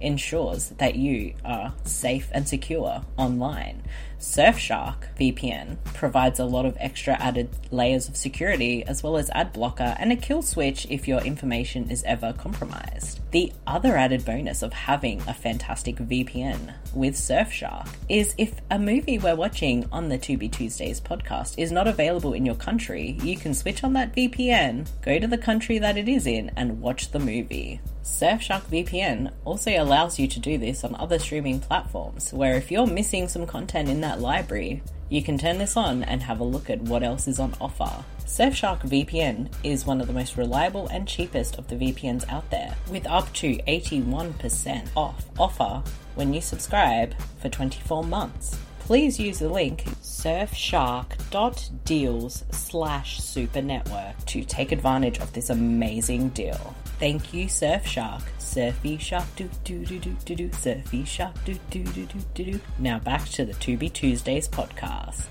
ensures that you are safe and secure online. Surfshark VPN provides a lot of extra added layers of security, as well as ad blocker and a kill switch if your information is ever compromised. The other added bonus of having a fantastic VPN with Surfshark is if a movie we're watching on the To Be Tuesdays podcast is not available in your country, you can switch on that VPN, go to the country that it is in, and watch the movie. Surfshark VPN also allows you to do this on other streaming platforms, where if you're missing some content in that library, you can turn this on and have a look at what else is on offer. Surfshark VPN is one of the most reliable and cheapest of the VPNs out there, with up to 81% off offer when you subscribe for 24 months. Please use the link surfshark.deals slash supernetwork to take advantage of this amazing deal. Thank you, Surfshark. Surfy shark do do do do do do. Surfy shark do do do do do do. Now back to the To Be Tuesdays podcast.